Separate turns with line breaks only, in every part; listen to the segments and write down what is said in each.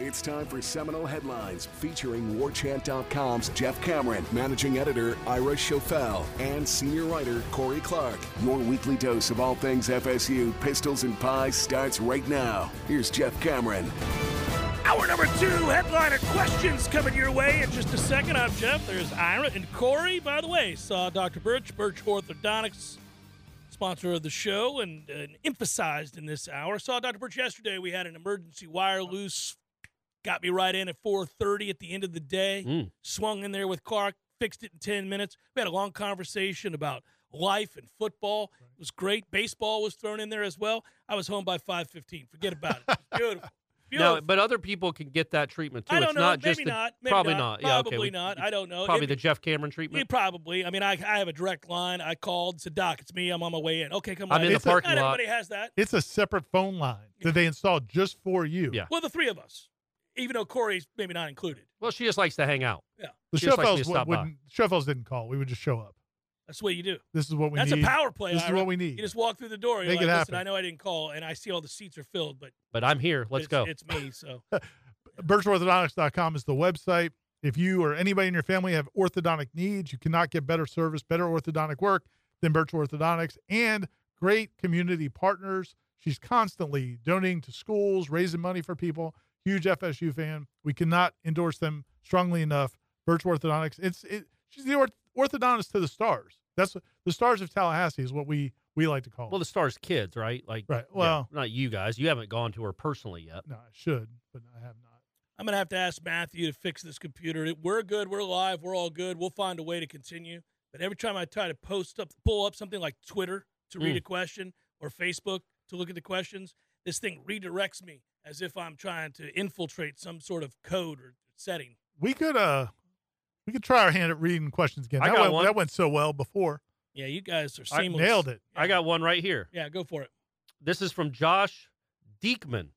It's time for Seminole Headlines featuring WarChant.com's Jeff Cameron, managing editor Ira Schofel, and senior writer Corey Clark. Your weekly dose of all things FSU, pistols, and pies starts right now. Here's Jeff Cameron.
Hour number two, headliner questions coming your way in just a second. I'm Jeff. There's Ira and Corey. By the way, saw Dr. Birch, Birch Orthodontics, sponsor of the show, and, and emphasized in this hour. Saw Dr. Birch yesterday. We had an emergency wire loose. Got me right in at 4:30 at the end of the day. Swung in there with Clark, fixed it in 10 minutes. We had a long conversation about life and football. It was great. Baseball was thrown in there as well. I was home by 5:15. Forget about it. It was beautiful. Beautiful.
No, but other people can get that treatment too.
I don't
it's
know.
not
maybe
just the,
not. Maybe
probably
not.
not. Yeah, okay,
Probably
we-
not. I don't know.
Probably
It-
the Jeff Cameron
Yeah,
treatment.
probably. I mean, I, I have a direct line. I called. Said, Doc, it's me. I'm on my way in. Okay, come
I'm
on.
in the
It's-
parking
not
lot.
Everybody has that.
It's a separate phone line that they installed just for you.
Yeah.
Well, the three of us, even though Corey's maybe not included.
Well, she just likes to hang out.
The
Just like
Sheffels
we stopped by.
wouldn't. Sheffels didn't call. We would just show up.
That's what you do.
This is what we
That's
need.
a power play.
This is
Ira.
what we need.
You just walk through the door. You're
Make
like,
it
listen,
happen."
I know I didn't call, and I see all the seats are filled, but
But I'm here. Let's
it's,
go.
It's me. So
BirchOrthodontics.com is the website. If you or anybody in your family have orthodontic needs, you cannot get better service, better orthodontic work than Birch Orthodontics and great community partners. She's constantly donating to schools, raising money for people. Huge FSU fan. We cannot endorse them strongly enough. Birch Orthodontics. It's it, she's the orth- orthodontist to the stars. That's what- the stars of Tallahassee is what we we like to call.
well, the stars kids, right? Like
Right,
yeah,
well-
not you guys. You haven't gone to her personally yet.
no, I should, but I have not.
I'm gonna have to ask Matthew to fix this computer. It- We're good. We're live. We're all good. We'll find a way to continue. But every time I try to post up, pull up something like Twitter to read
Mm.
a question or Facebook to look at the questions, this thing redirects me as if I'm trying to infiltrate some sort of code or setting.
we could uh we could try our hand at reading questions again.
I
That
got
went,
one.
that went so well before.
Yeah, you guys are
I
seamless.
nailed it.
I got one right here.
Yeah, go for it.
This is from Josh Diekman.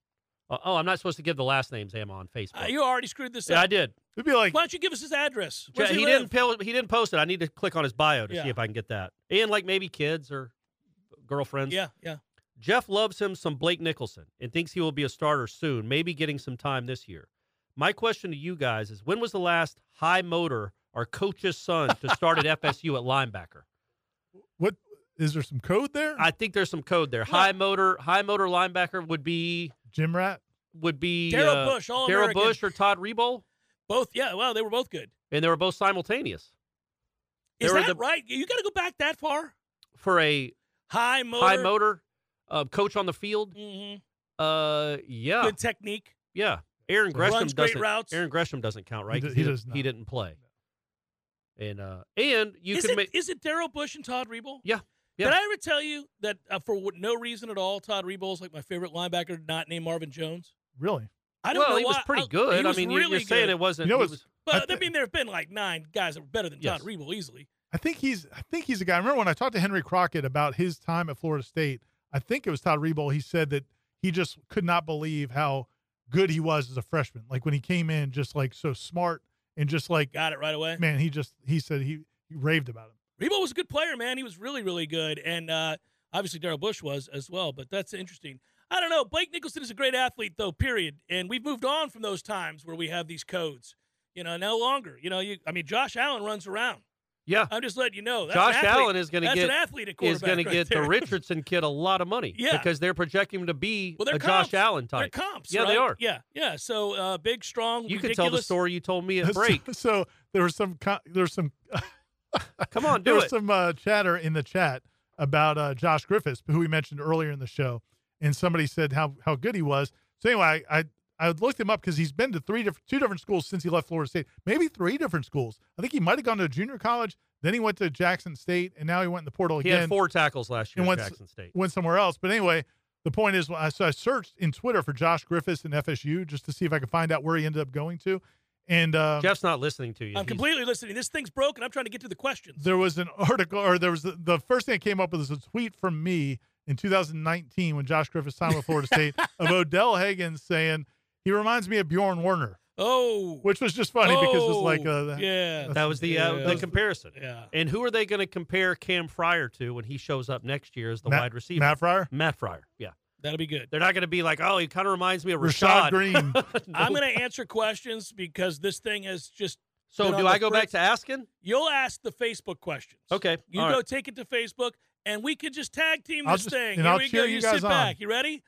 Uh, oh, I'm not supposed to give the last names, am I, on Facebook?
Uh, you already screwed this
yeah, I
up.
did.
It'd be like
Why don't you give us his address?
Ja-
Where's
he
live?
didn't. po- he didn't post it. I need to click on his bio to
Yeah.
see if I can get that. And like maybe kids or girlfriends.
Yeah, yeah.
Jeff loves him some Blake Nicholson and thinks he will be a starter soon, maybe getting some time this year. My question to you guys is when was the last high motor or coach's son to start at FSU at linebacker?
what is there some code there?
I think there's some code there. High motor, high motor linebacker would be
Jim Rat?
would be
Darrell
uh,
Bush, all
Darrell
American.
Bush or Todd Rebo,
Both. Yeah. Well, they were both good.
and they were both simultaneous
Is
They were
that
the-
right? You got to go back that far.
for a
High motor.
high motor uh, coach on the field.
hmm
Uh, yeah,
Good technique.
yeah. Aaron Gresham
Runs great
doesn't.
routes.
Aaron Gresham doesn't count, right?
do-
'Cause
he
didn't-
does not.
He didn't play. And uh, and you
is,
can
it,
make
is it Daryl Bush and Todd Rebo?
Yeah, yeah.
Did I ever tell you that uh, for what- no reason at all, Todd Rebo is like my favorite linebacker, not named Marvin Jones?
Really?
I don't
well,
know
he was
why-
pretty
I-
good.
He was
I mean, you-
really
you're saying
good.
it wasn't.
You know
he
what's-
was-
But I,
I thi-
mean, there have been like nine guys that were better than Todd
Yes.
Rebo easily.
I think he's I think he's a guy. I remember when I talked to Henry Crockett about his time at Florida State, I think it was Todd Rebo. He said that he just could not believe how good he was as a freshman. Like when he came in just like so smart and just like
Got it right away.
man, he just he said he, he raved about him.
Rebo was a good player, man. He was really, really good, and uh, obviously Daryl Bush was as well. But that's interesting. I don't know. Blake Nicholson is a great athlete, though. Period. And we've moved on from those times where we have these codes. You know, no longer. You know, you. I mean, Josh Allen runs around.
yeah,
I'm just letting you know. That's
Josh
an athlete.
Allen is going to
That's
get
an athlete at
is
quarterback
going
right
to get
there.
the Richardson kid a lot of money.
Yeah.
because they're projecting him to be
Well, they're
a Josh
comps.
Allen
They're
type.
comps.
Yeah, they
right?
are.
Yeah, yeah. So uh, big, strong.
You can
ridiculous.
tell the story you told me at
So-
break.
So, there was some co- there was some
Come on,
there
do
was
it.
some uh, chatter in the chat about uh, Josh Griffiths, who we mentioned earlier in the show, and somebody said how how good he was. So anyway, I I, I looked him up because he's been to three different two different schools since he left Florida State, maybe three different schools. I think he might have gone to a junior college, then he went to Jackson State, and now he went in the portal
He
again
had four tackles last year
And
at
once-
Jackson State.
went somewhere else. But anyway, the point is, I- so I searched in Twitter for Josh Griffiths and FSU just to see if I could find out where he ended up going to. And um,
Jeff's not listening to you.
I'm
He's-
completely listening. This thing's broken. I'm trying to get to the questions.
there was an article, or there was the, the first thing that came up with was a tweet from me in 2019 when Josh Griffiths signed with Florida State of Odell Higgins saying, he reminds me of Bjorn Werner,
Oh,
which was just funny because it's like,
Oh,
uh,
yeah,
That was the uh,
Yeah.
the comparison.
yeah.
And who are they going to compare Cam Fryer to when he shows up next year as the
Matt-
wide receiver?
Matt Fryer,
Matt Fryer. Yeah.
That'll be good.
They're not going to be like, oh, he kind of reminds me of Rashad.
Rashad, Green.
I'm going to answer questions because this thing has just.
so
Been on
do
the
I go back
fritz.
to asking?
You'll ask the Facebook questions.
Okay.
You
all
go
right.
take it to Facebook, and we could just tag team
I'll
this
just-
thing.
and
Here
I'll
we
cheer
go.
you
You,
guys
sit
on.
back. You ready?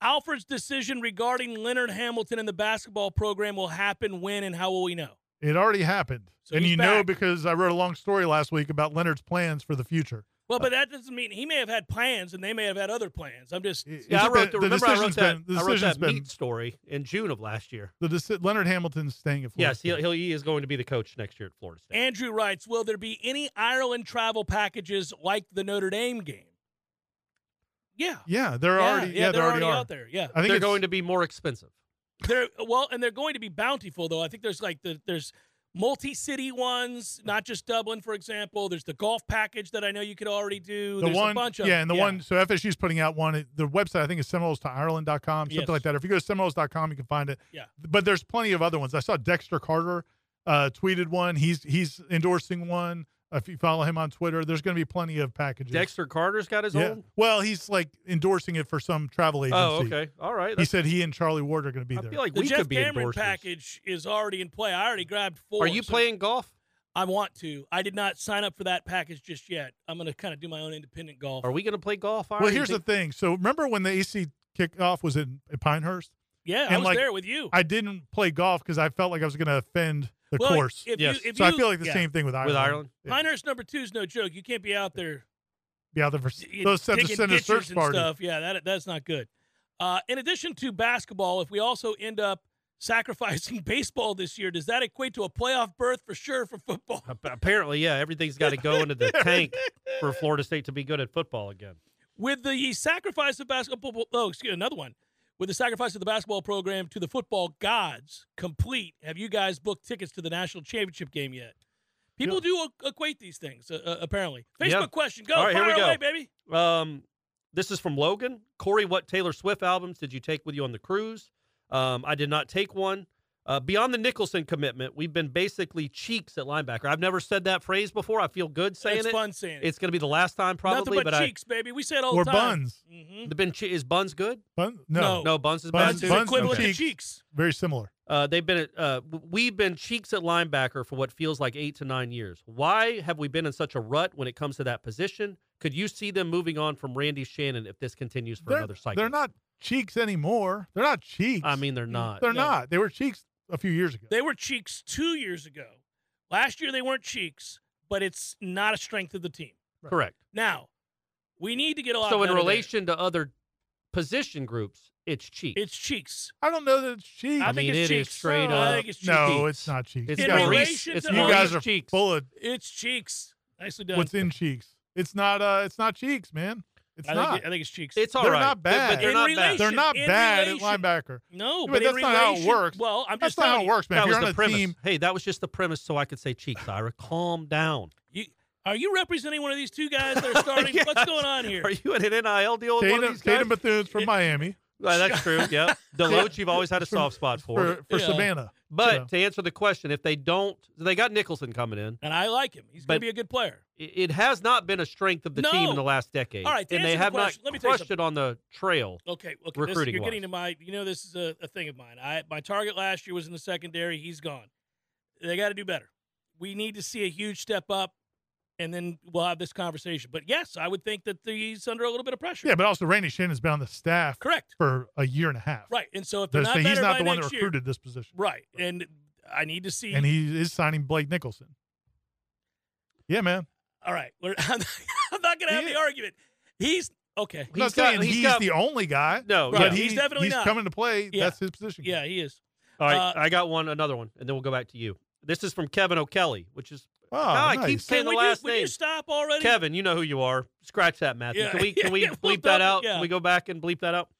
Alfred's decision regarding Leonard Hamilton and the basketball program will happen when and how will we know?
It already happened.
So
and
he's
you know
back.
because I wrote a long story last week about Leonard's plans for the future.
Well, but that doesn't mean he may have had plans and they may have had other plans. I'm just
It-
Yeah, I
it's
wrote, the,
been-
remember I wrote
decision's
that,
been- the
I wrote
decision's
that
been-
meat story in June of last year.
the deci- Leonard Hamilton's staying at Florida
Yes, he,
State.
he'll, he is going to be the coach next year at Florida State.
Andrew writes, will there be any Ireland travel packages like the Notre Dame game? Yeah.
yeah, they're
yeah,
already
yeah, they're, already, out there. Yeah.
I think
They're
it's-
going to be more expensive.
They're well, and they're going to be bountiful though. I think there's like the there's multi-city ones, not just Dublin, for example. There's the golf package that I know you could already do.
the
there's
one,
a bunch of
yeah, and the one. So FSU's putting out one. it- The website I think is Seminoles to Ireland.com, something
Yes.
like that. If you go to Seminoles.com, you can find it.
Yeah.
but there's plenty of other ones. I saw Dexter Carter uh, tweeted one. He's he's endorsing one. If you follow him on Twitter, there's going to be plenty of packages.
Dexter Carter's got his
yeah.
own.
Well, he's like endorsing it for some travel agency.
Oh, okay. All right.
He
That's-
said he and Charlie Ward are going to be
I
there.
feel like
The
we
Jeff
could be
Cameron
endorsers.
package is already in play. I already grabbed four.
Are you
so
playing golf?
I want to. I did not sign up for that package just yet. I'm going to kind of do my own independent golf.
Are we going to play golf?
well, here's the thing. So remember when the AC kickoff was in, in Pinehurst?
yeah, I
and,
was
like,
there with you.
I didn't play golf because I felt like I was going to offend the
well,
course.
If
Yes.
you, if
so
you,
I feel like the
yeah.
same thing with Ireland.
Ireland?
Yeah.
Pinehurst number two is no joke. You can't be out there
Yeah, the vers-
d-
those set to
digging
send a
ditches
search
and
party.
stuff. Yeah, that that's not good. Uh, in addition to basketball, if we also end up sacrificing baseball this year, does that equate to a playoff berth for sure for football?
Ap- Apparently, yeah. Everything's got to go into the tank for Florida State to be good at football again.
With the sacrifice of basketball, oh, excuse another one. With the sacrifice of the basketball program to the football gods complete, have you guys booked tickets to the national championship game yet? People
Yeah.
do equ- equate these things, uh, uh, apparently. Facebook
Yeah.
question, go
All right, here
fire
we go.
away, baby.
Um, this is from Logan. Corey, what Taylor Swift albums did you take with you on the cruise? Um, I did not take one. Uh, beyond the Nicholson commitment, we've been basically cheeks at linebacker. I've never said that phrase before. I feel good saying
it's
it.
fun saying it.
It's going to be the last time probably.
Nothing but,
I
cheeks, baby. We say it all
Or
the time.
buns.
Mm-hmm.
the been che- is buns good?
Bun? No.
No.
No, buns is
Buns
Buns
bad
Buns
too.
is
buns
equivalent
okay.
to cheeks.
Very similar.
Uh, they've been at, uh, w- we've been cheeks at linebacker for what feels like eight to nine years. Why have we been in such a rut when it comes to that position? Could you see them moving on from Randy Shannon if this continues for
They're,
another cycle?
they're not cheeks anymore. They're not cheeks.
I mean, uh, they're not.
they're
no.
not. They were cheeks a few years ago.
They were cheeks two years ago. Last year they weren't cheeks, but it's not a strength of the team.
Correct.
Now, we need to get a lot.
So in
better there.
relation to other position groups, it's cheeks.
it's cheeks.
I don't know that it's cheeks.
I,
I
think
mean,
it's
it is
cheeks.
straight
I
up.
think it's cheeks.
no, it's not cheeks.
It's
you
in
guys,
Maurice-
relation
it's
to
you
Maurice
guys are
cheeks.
full of
It's cheeks. Nicely done.
what's in cheeks. It's not. Uh, it's not cheeks, man. It's
I
not.
Think, I think it's cheeks.
It's all
They're
right,
not
but-
bad.
But they're
In
not bad.
relation-
they're not
in
bad
relation-
at linebacker.
no,
but
but, in
that's not how it
relation-
works.
Well, I'm
That's
just
not how
telling
it works, man.
that
If
was
you're on
the
a
premise.
team,
Hey, that was just the premise, so I could say cheeks. Ira, calm down.
You, you- are you representing one of these two guys that are starting?
Yes.
What's going on here?
Are you in an NIL deal with one of
Tatum,
these guys?
Tatum Bethune's from Miami
Uh, that's true. Yep. Deloach, you've always had a soft spot for.
for, for
Yeah.
Savannah.
But
Yeah.
to answer the question, if they don't, they got Nicholson coming in.
and I like him. He's going to
But-
be a good player.
I- It has not been a strength of the team
No.
in the last decade.
All right, to
and they
answer the
have
question, let me
not
tell you
crushed it on the trail.
Okay, okay. This,
Recruiting
you're getting
wise.
to my. You know, this is a, a thing of mine. I my target last year was in the secondary. He's gone. They got to do better. We need to see a huge step up, and then we'll have this conversation. But yes, I would think that the, he's under a little bit of pressure.
Yeah, but also Randy Shannon's been on the staff
Correct.
for a year and a half.
Right. And so if
So
they're not
he's
better
not
by
the one that
next year-
recruited this position.
right? And I need to see.
And he is signing Blake Nicholson. Yeah, man.
all right, we're, I'm not going to have
He-
the argument. He's okay.
I'm not
He's got-
saying
he's
he's,
got-
the only guy.
No,
Right,
but
yeah.
he-
he's definitely
he's
not.
coming to play.
Yeah.
That's his position.
Yeah, he is.
All right,
Uh,
I got one, another one, and then we'll go back to you. This is from Kevin O'Kelly, which is
Oh,
Nah,
nice.
keep saying
Can
the
we
last
just, Would
name.
you stop already?
Kevin, you know who you are. Scratch that, Matthew.
Yeah.
Can we can we
Yeah, we'll
bleep that
double-
out?
yeah.
Can we go back and bleep that out?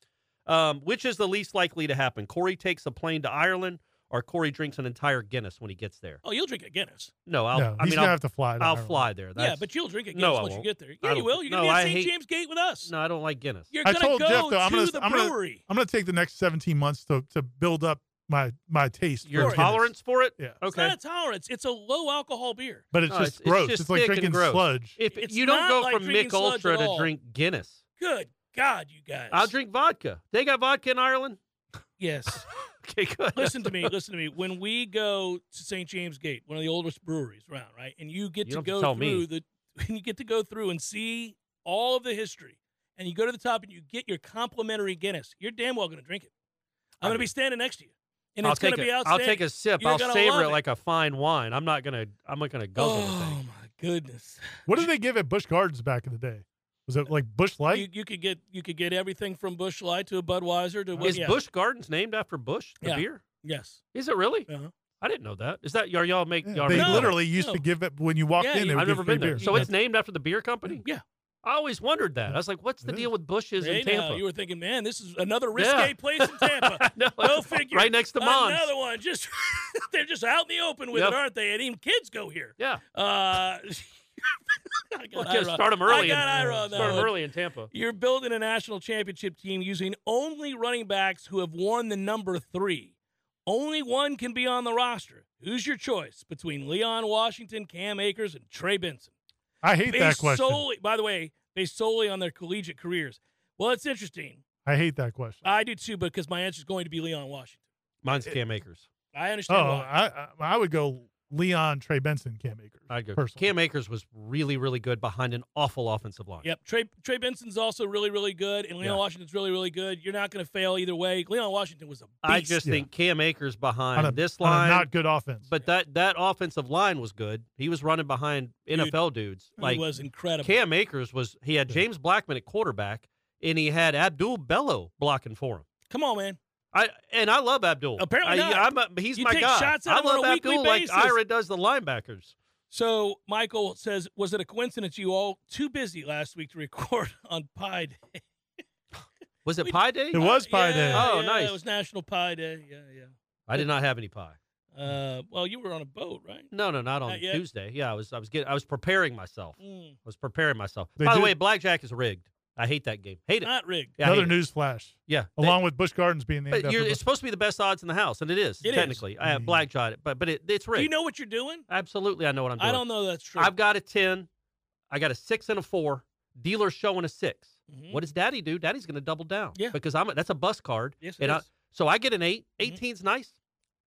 Um, which is the least likely to happen? Corey takes a plane to Ireland, or Corey drinks an entire Guinness when he gets there.
Oh, you'll drink a Guinness.
No, I'll.
no,
I
he's
mean,
gonna
I'll,
have to fly. to
I'll
Ireland.
fly there.
yeah,
That's-
but you'll drink a Guinness
No, I
once
won't.
you get there.
I
Yeah, you
don't-
will. You're
no,
gonna be
I
at St.
hate-
James Gate with us.
no, I don't like Guinness.
You're
I
gonna
told
go
Jeff, though, I'm
to
gonna-
the
I'm gonna-
brewery.
I'm gonna take the next 17 months to to build up my my taste. for
Your
Guinness.
tolerance for it?
Yeah.
It's
Okay.
not a tolerance. It's a low alcohol beer.
but it's
No, it's-
just
it's
gross. It's,
just
like
thick and
drinking
gross.
sludge.
If
It's
you don't
not
go
like
from
drinking
Mick
sludge at
Ultra to
all.
drink Guinness,
Good God, you guys.
I'll drink vodka. They got vodka in Ireland.
Yes.
Okay, good.
listen to me. Listen to me. When we go to St. James Gate, one of the oldest breweries around, right? And you get
You
to
don't have to
go
tell
through
me.
the, and you get to go through and see all of the history. And you go to the top and you get your complimentary Guinness. You're damn well going to drink it. I'm
I
going to
mean,
be standing next to you, and
I'll
it's going
take
to be
a,
outstanding.
I'll take a sip.
You're
I'll
gonna
savor
love
it
it.
like a fine wine. I'm not gonna. I'm not gonna gulp
Oh
anything.
my goodness!
What did they give at Bush Gardens back in the day? Was it like Bush Light?
you, you could get you could get everything from Bush Light to a Budweiser to what?
Is
yeah.
Bush Gardens named after Bush the
Yeah.
beer?
Yes.
Is it really?
Uh-huh.
I didn't know that. Is that y'all, y'all make
Yeah,
y'all?
they
make that up?
literally used
No.
to give it when you walked
Yeah,
in.
you-
They would
I've
give
never
free
been there.
beer.
So it's named after the beer company.
Yeah.
I always wondered that. I was like, what's the
It
deal with Bushes
Hey,
in
now,
Tampa?
you were thinking, man, this is another risque
Yeah.
place in Tampa.
I know.
Go figure.
Right next to Mons.
Another one. Just they're just out in the open with
Yep.
it, aren't they? And even kids go here.
Yeah.
Uh, I got
Well,
Ira.
start 'em early
I got
and-
Ira on that
Started
one.
early in Tampa.
You're building a national championship team using only running backs who have worn the number three. Only one can be on the roster. Who's your choice between Leon Washington, Cam Akers, and Trey Benson?
I hate that
Based
question.
solely, by the way, based solely on their collegiate careers. Well, it's interesting.
I hate that question.
I do too, because my answer is going to be Leon Washington.
Mine's Cam Akers.
I
oh,
understand why.
I, I I would go Leon Trey Benson Cam Akers.
I'd go.
personally.
Cam Akers was really, really good behind an awful offensive line.
Yep. Trey Trey Benson's also really, really good, and Leon
Yeah.
Washington's really, really good. You're not going to fail either way. Leon Washington was a beast.
I just think Cam Akers
on
behind
a,
this
on a
line,
not good offense.
but that that offensive line was good. He was running behind NFL dudes.
he
Like
was incredible.
Cam Akers was. He had
Yeah.
James Blackman at quarterback, and he had Abdul Bello blocking for him.
Come on, man.
I and I love Abdul.
Apparently
I,
not.
I'm a- he's
You
my
take
guy.
shots at
I
him on
love
a weekly
Abdul like
basis.
Ira does the linebackers.
So Michael says, was it a coincidence you all too busy last week to record on Pi Day?
Was it
We-
Pie Day?
It was Pi
yeah,
Day.
Oh,
yeah,
nice.
It was National Pi Day. Yeah, yeah.
I did not have any pie.
Uh, well, you were on a boat, right?
No, no, not on
Not yet?
Tuesday. Yeah, I was. I was getting. I was preparing myself. I
Mm,
was preparing myself.
They
By
do-
the way, blackjack is rigged. I hate that game. Hate it.
not rigged.
Yeah, I
Another
hate it.
news flash.
Yeah. They-
Along with Bush Gardens being named
But
after
you're,
Bush-
it's supposed to be the best odds in the house, and it is
It is. Mm-hmm.
technically. I have
Mm.
blackjacked it, but but it, it's rigged.
Do you know what you're doing?
Absolutely, I know what I'm doing.
I don't know that's true.
I've got a ten. I got a six and a four. Dealer's showing a 6
Mhm.
What does Daddy do? Daddy's going to double down.
Yeah.
Because I'm. A, that's a bus card.
Yes, it
and I,
is.
so I get an eight.
Mhm.
18's nice.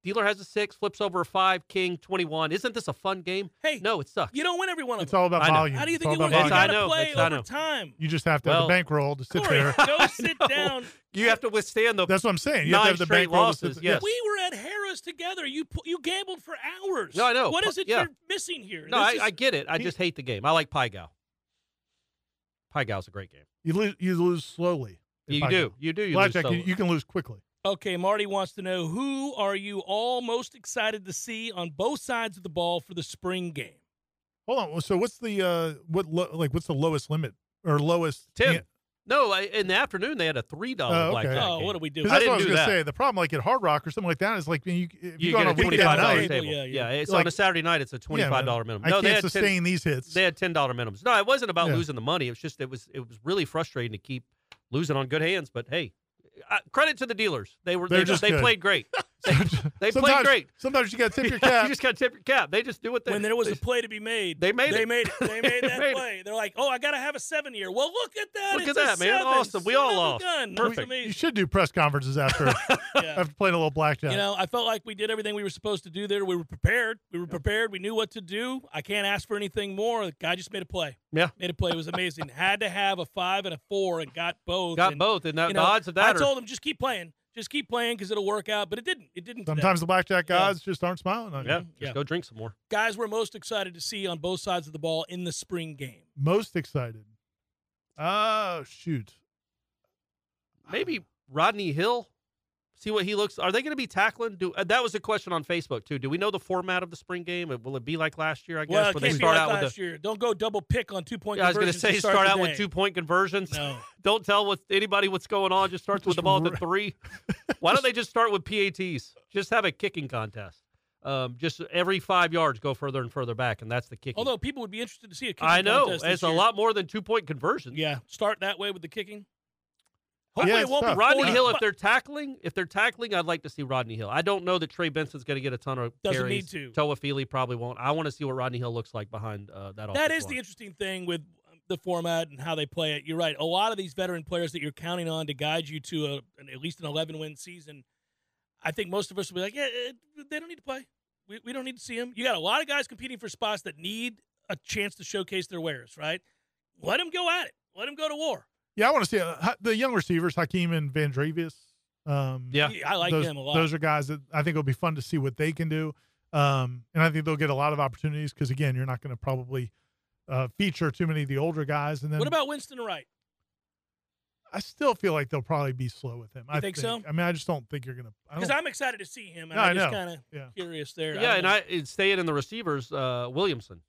Dealer has a six. Flips over a five. King twenty one. Isn't this a fun game?
Hey,
No, it sucks.
you don't win every one of
It's
them.
all about
I know.
volume.
How do you
It's
think
all
you
about
win? You
That's how
volume.
I
got to
know.
play
That's how I
over
know.
time.
You just have to have
Well,
the bankroll to sit
Corey,
there.
go
I
sit
know.
down.
You have to withstand the.
That's what I'm saying. You have to
Nine
have the
straight
bankroll to
losses,
sit
yes.
We were at Harris together. You pu- you gambled for hours.
No, I know.
What is it
Yeah.
you're missing here?
no, I,
This
I
is-
get it. I
he-
just hate the game. I like Pie Gal. Pie Gal's a great game.
You lose. You lose slowly. if
You
I
do.
go.
You do. You lose
Blackjack. You,
solo.
you can lose quickly.
okay. Marty wants to know who are you all most excited to see on both sides of the ball for the spring game?
Hold on. well, So what's the uh what lo- like what's the lowest limit or lowest?
Tim.
Yeah,
No, I, in the afternoon they had a three dollar
Oh, okay.
blackjack.
oh,
game.
what do we do?
'cause
I
that's
didn't
what I was
do
gonna
that.
say. The problem, like at Hard Rock or something like that, is like you, if you,
You
go
get
on
a
a
twenty
weekend
five
night,
dollar
night.
table.
Yeah, yeah.
Yeah, it's
Like-
on a Saturday night. It's a twenty
yeah,
five
man,
dollar minimum.
I
No, they
can't
had ten,
sustain these hits.
they had ten dollar minimums. No, it wasn't about
Yeah.
losing the money. It's just it was it was really frustrating to keep losing on good hands. But hey, uh, credit to the dealers. They were
They're
they,
just
they
good.
played great. They, they played
sometimes,
great.
Sometimes you got to tip your
you
cap.
just got to tip your cap. They just do what they
when there was
they,
a play to be made,
they made
they
it.
made it. They made
They
that
made it.
play. They're like, oh, I gotta have a seven year. Well, look at that.
Look
It's
at
a
that, man.
seven.
Awesome. We
Son
all
of a
lost.
gun. That's
Perfect.
you
amazing.
should do press conferences after
Yeah.
after playing a little blackjack.
You know, I felt like we did everything we were supposed to do there. We were prepared. We were prepared. We knew what to do. I can't ask for anything more. The guy just made a play.
Yeah.
Made a play. It was amazing. Had to have a five and a four and got both.
got
and,
both, and that,
you
the
know,
odds of that
I
are
told him, just keep playing. Just keep playing because it'll work out. But it didn't. It didn't. today.
Sometimes the blackjack
Yeah.
guys just aren't smiling on you.
yeah. Just
Mm-hmm. Yeah.
go drink some more.
Guys we're most excited to see on both sides of the ball in the spring game.
Most excited. Oh shoot.
Maybe Rodney Hill, See what he looks. Are they going to be tackling? Do uh, that was a question on Facebook too. Do we know the format of the spring game? Will it be like last year? I guess
well, it can't
when they
be
start
like
out with
last year. Don't go double pick on two
the.
point.
Yeah, I was going to
conversions
say
start,
start,
the
out with
day.
two point conversions.
No,
Don't tell what anybody what's going on. Just starts with the
Just
ball at
r-
the three. Why don't they just start with PATs? Just have a kicking contest. Um, just every five yards, go further and further back, and that's the kicking.
although people would be interested to see a kicking
I know
contest this
it's a
year.
lot more than two point conversions.
Yeah, start that way with the kicking.
Yeah,
Hopefully, it
it's
won't be
tough.
Rodney
40,
Hill, if
but
they're tackling, if they're tackling, I'd like to see Rodney Hill. I don't know that Trey Benson's going to get a ton of
Doesn't
carries.
need to.
Toa Feely probably won't. I want to see what Rodney Hill looks like behind uh, that.
that
offensive
is the
line.
interesting thing with um, the format and how they play it. You're right. A lot of these veteran players that you're counting on to guide you to a, an, at least an 11 win season, I think most of us will be like, yeah, eh, they don't need to play. We, we don't need to see them. You got a lot of guys competing for spots that need a chance to showcase their wares, right? Let them go at it. Let them go to war.
Yeah, I want to see uh, Ha- the young receivers, Hakeem and Van Drevis. Um,
Yeah.
I like
those,
them a lot.
Those are guys that I think it'll be fun to see what they can do. Um, and I think they'll get a lot of opportunities because, again, you're not going to probably uh, feature too many of the older guys. And then
what about Winston Wright?
I still feel like they'll probably be slow with him. I
think so?
I mean, I just don't think you're going to. I
Because
don't-
I'm excited to see him. And
No,
I'm
I
just
know.
kind of
Yeah.
curious there.
yeah,
don't
and
know.
I and staying in the receivers, uh, Williamson.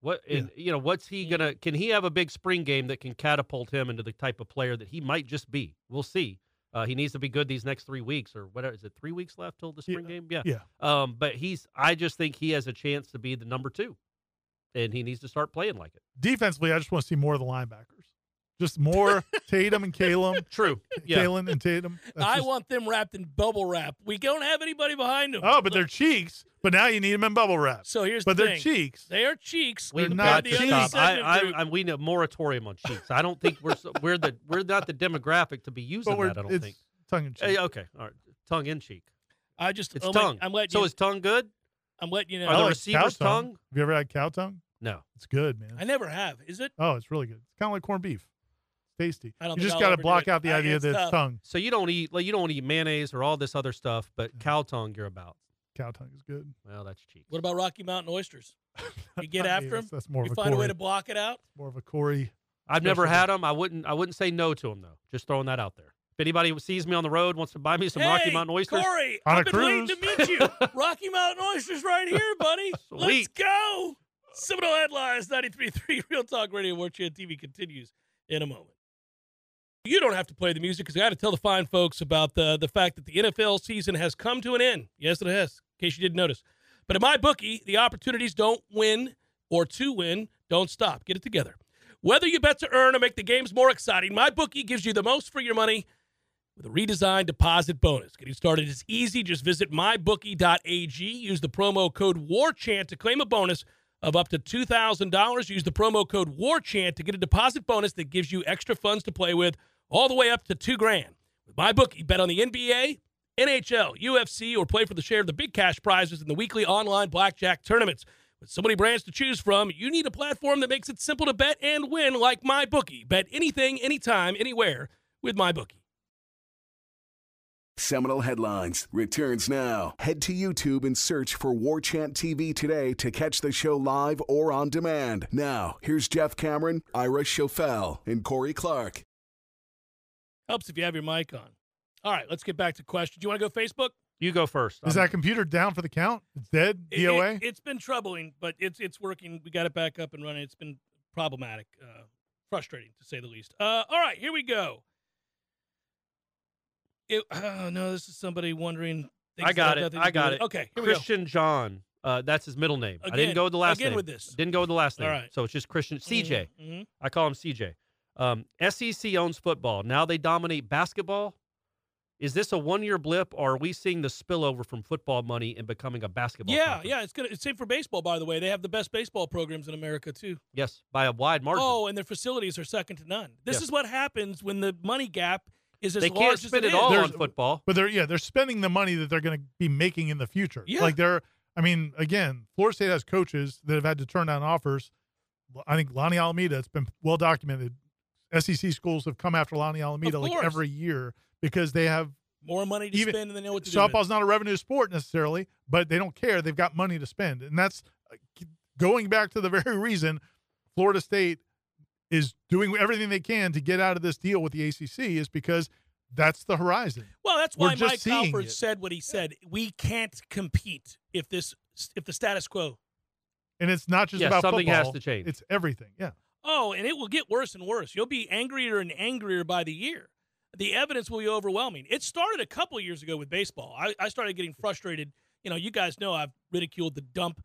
What and, you know? What's he
Yeah.
gonna? Can he have a big spring game that can catapult him into the type of player that he might just be? We'll see. Uh, he needs to be good these next three weeks, or whatever. Is it three weeks left till the
Yeah,
spring game? Yeah.
yeah.
Um, but he's. I just think he has a chance to be the number two, and he needs to start playing like it.
defensively, I just want to see more of the linebackers. Just more Tatum and Calum.
True. Yeah.
Kalen and Tatum. That's
I
just-
want them wrapped in bubble wrap. We don't have anybody behind them.
Oh, but their cheeks. But now you need them in bubble wrap.
so here's
But
the
their
thing.
cheeks.
They are cheeks.
We've
They're
got
not
to
cheating.
stop. I,
segment
I,
group.
I, we need a moratorium on cheats. I don't think we're so- we're the we're not the demographic to be using
But we're
that. I don't
it's
think.
tongue in
Hey,
cheek.
okay, all right. Tongue in cheek.
I just
It's
oh my-
tongue.
I'm letting
so
you,
is tongue good?
I'm letting you know.
Are Oh, the
like
receivers
cow tongue.
tongue?
Have you ever had cow tongue?
No.
It's good, man.
I never have. Is it?
Oh, it's really good. It's kind of like corned beef. Tasty.
I don't
you
think
just
I'll
got to
ever do
block
it.
out the
I-
idea
it's uh,
that it's
tough.
tongue.
So you don't eat like you don't eat mayonnaise or all this other stuff,
Mm-hmm.
but cow tongue you're about.
Cow tongue is good.
Well, that's cheap.
What about Rocky Mountain oysters? You get
I mean,
after
that's-
'em?
That's more
You
of a
find a way
Corey.
to block it out.
More of a Corey.
I've never
Especially-
had them. I wouldn't. I wouldn't say no to them though. Just throwing that out there. If anybody sees me on the road, wants to buy me some Rocky
Hey,
Mountain oysters,
Corey,
On
I've
a
been waiting to meet
cruise.
you. Rocky Mountain oysters right here, buddy. Let's
Sweet.
go. Seminole headlines 93.3 Real Talk Radio War Chant TV continues in a moment. You don't have to play the music because I got to tell the fine folks about the the fact that the NFL season has come to an end. Yes, it has. In case you didn't notice, but at my bookie, the opportunities don't win or to win don't stop. Get it together. Whether you bet to earn or make the games more exciting, my bookie gives you the most for your money with a redesigned deposit bonus. Getting started is easy. Just visit mybookie.ag. Use the promo code WARCHANT to claim a bonus of up to $2,000. Use the promo code WARCHANT to get a deposit bonus that gives you extra funds to play with all the way up to two grand. With MyBookie, bet on the NBA, NHL, UFC, or play for the share of the big cash prizes in the weekly online blackjack tournaments. With so many brands to choose from, you need a platform that makes it simple to bet and win like MyBookie. Bet anything, anytime, anywhere with MyBookie.
Seminal Headlines returns now. Head to YouTube and search for War Chant TV today to catch the show live or on demand. Now, here's Jeff Cameron, Ira Schofel, and Corey Clark.
Helps if you have your mic on. All right, let's get back to questions. You want to go Facebook?
you go first.
Is
I'm-
that computer down for the count? It's dead?
It-
DOA?
It, has been troubling, but it's it's working. We got it back up and running. It's been problematic, uh, frustrating to say the least. Uh, all right, here we go. It, oh no, this is somebody wondering. things
I got
that have
it.
nothing to
I
do
got
with-
it.
Okay, here
Christian John? Uh, that's his middle name. I
Again-
didn't go with the last
again
name.
with this.
Didn't go with the last
All
name.
right.
So it's just Christian
we
CJ.
go. Mhm, mhm.
I call him CJ. Um, SEC owns football. Now they dominate basketball. Is this a one year blip, or are we seeing the spillover from football money and becoming a basketball?
Yeah,
conference?
yeah. It's gonna. It's same for baseball, by the way. They have the best baseball programs in America too.
Yes, by a wide margin.
Oh, and their facilities are second to none. This
Yes.
is what happens when the money gap is as
they
large
can't
as
spend it
is.
all
There's-
on football.
But they're yeah, they're spending the money that they're going to be making in the future.
Yeah.
Like they're I mean, again, Florida State has coaches that have had to turn down offers. I think Lonnie Alameda, it's been well documented. SEC schools have come after Lonnie Alameda like
course.
every year because they have
More money to
Even-
spend than they know what to do. with.
softball's not a revenue sport necessarily, but they don't care. They've got money to spend. And that's uh, going back to the very reason Florida State is doing everything they can to get out of this deal with the ACC is because That's the horizon.
Well, that's
We're
why
just
Mike
seeing
Alford
it.
said what he said. We can't compete if this if the status quo.
And it's not just
Yeah,
about
something has
football.
to change.
It's everything. Yeah.
Oh, and it will get worse and worse. You'll be angrier and angrier by the year. The evidence will be overwhelming. It started a couple of years ago with baseball. I, I started getting frustrated. You know, you guys know I've ridiculed the dump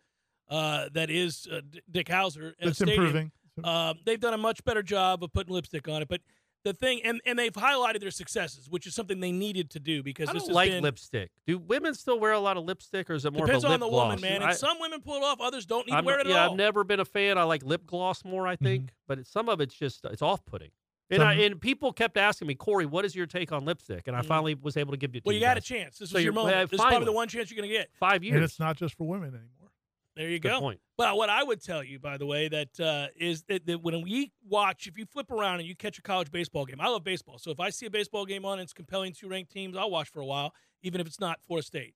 uh, that is uh, D- Dick Hauser. at a
That's
stadium.
improving.
Um, they've done a much better job of putting lipstick on it, but the thing, and, and they've highlighted their successes, which is something they needed to do because
I
this
don't
has
like
been,
lipstick. Do women still wear a lot of lipstick, or is it more
depends
of a
on
lip
the
gloss?
woman, man.
I,
and some women pull it off, others don't need
I'm-
to wear it
yeah,
at all.
I've never been a fan. I like lip gloss more, I think, but it, some of it's just it's off-putting. And, I,
Mm-hmm. Some-
and people kept asking me, Corey, what is your take on lipstick? And I
Mhm.
finally was able to give it. To
well,
you
you got a
guys.
chance. This
So
was your
you're-
moment.
yeah,
this is probably the
finally.
one chance you're going to get.
five years.
And it's not just for women anymore.
There you
Good
go.
point.
But what I would tell you, by the way, that uh, is that, that when we watch, if you flip around and you catch a college baseball game, I love baseball. So if I see a baseball game on and it's compelling two ranked teams, I'll watch for a while, even if it's not Florida State.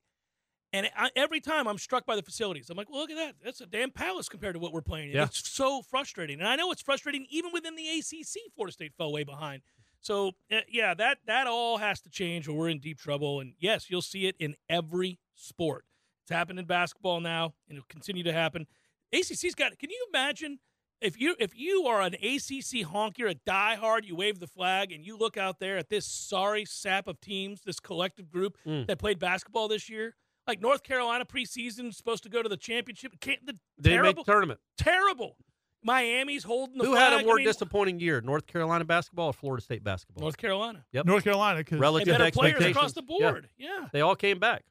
And I, every time I'm struck by the facilities, I'm like, well, look at that. That's a damn palace compared to what we're playing. in.
Yeah.
It's so frustrating. And I know it's frustrating even within the ACC, Florida State fell way behind. So, uh, yeah, that, that all has to change or we're in deep trouble. And yes, you'll see it in every sport. It's happened in basketball now, and it'll continue to happen. ACC's got. Can you imagine if you if you are an ACC honk, you're a diehard, you wave the flag, and you look out there at this sorry sap of teams, this collective group
Mm.
that played basketball this year. Like North Carolina preseason is supposed to go to the championship. Can't the
They
terrible,
make tournament.
terrible. Miami's holding the
Who
flag.
had a more
I mean,
disappointing year, North Carolina basketball or Florida State basketball?
North Carolina.
Yep.
North Carolina, because
And
Relative
better players
expectations.
across the
Yeah.
board. yeah.
They all came back.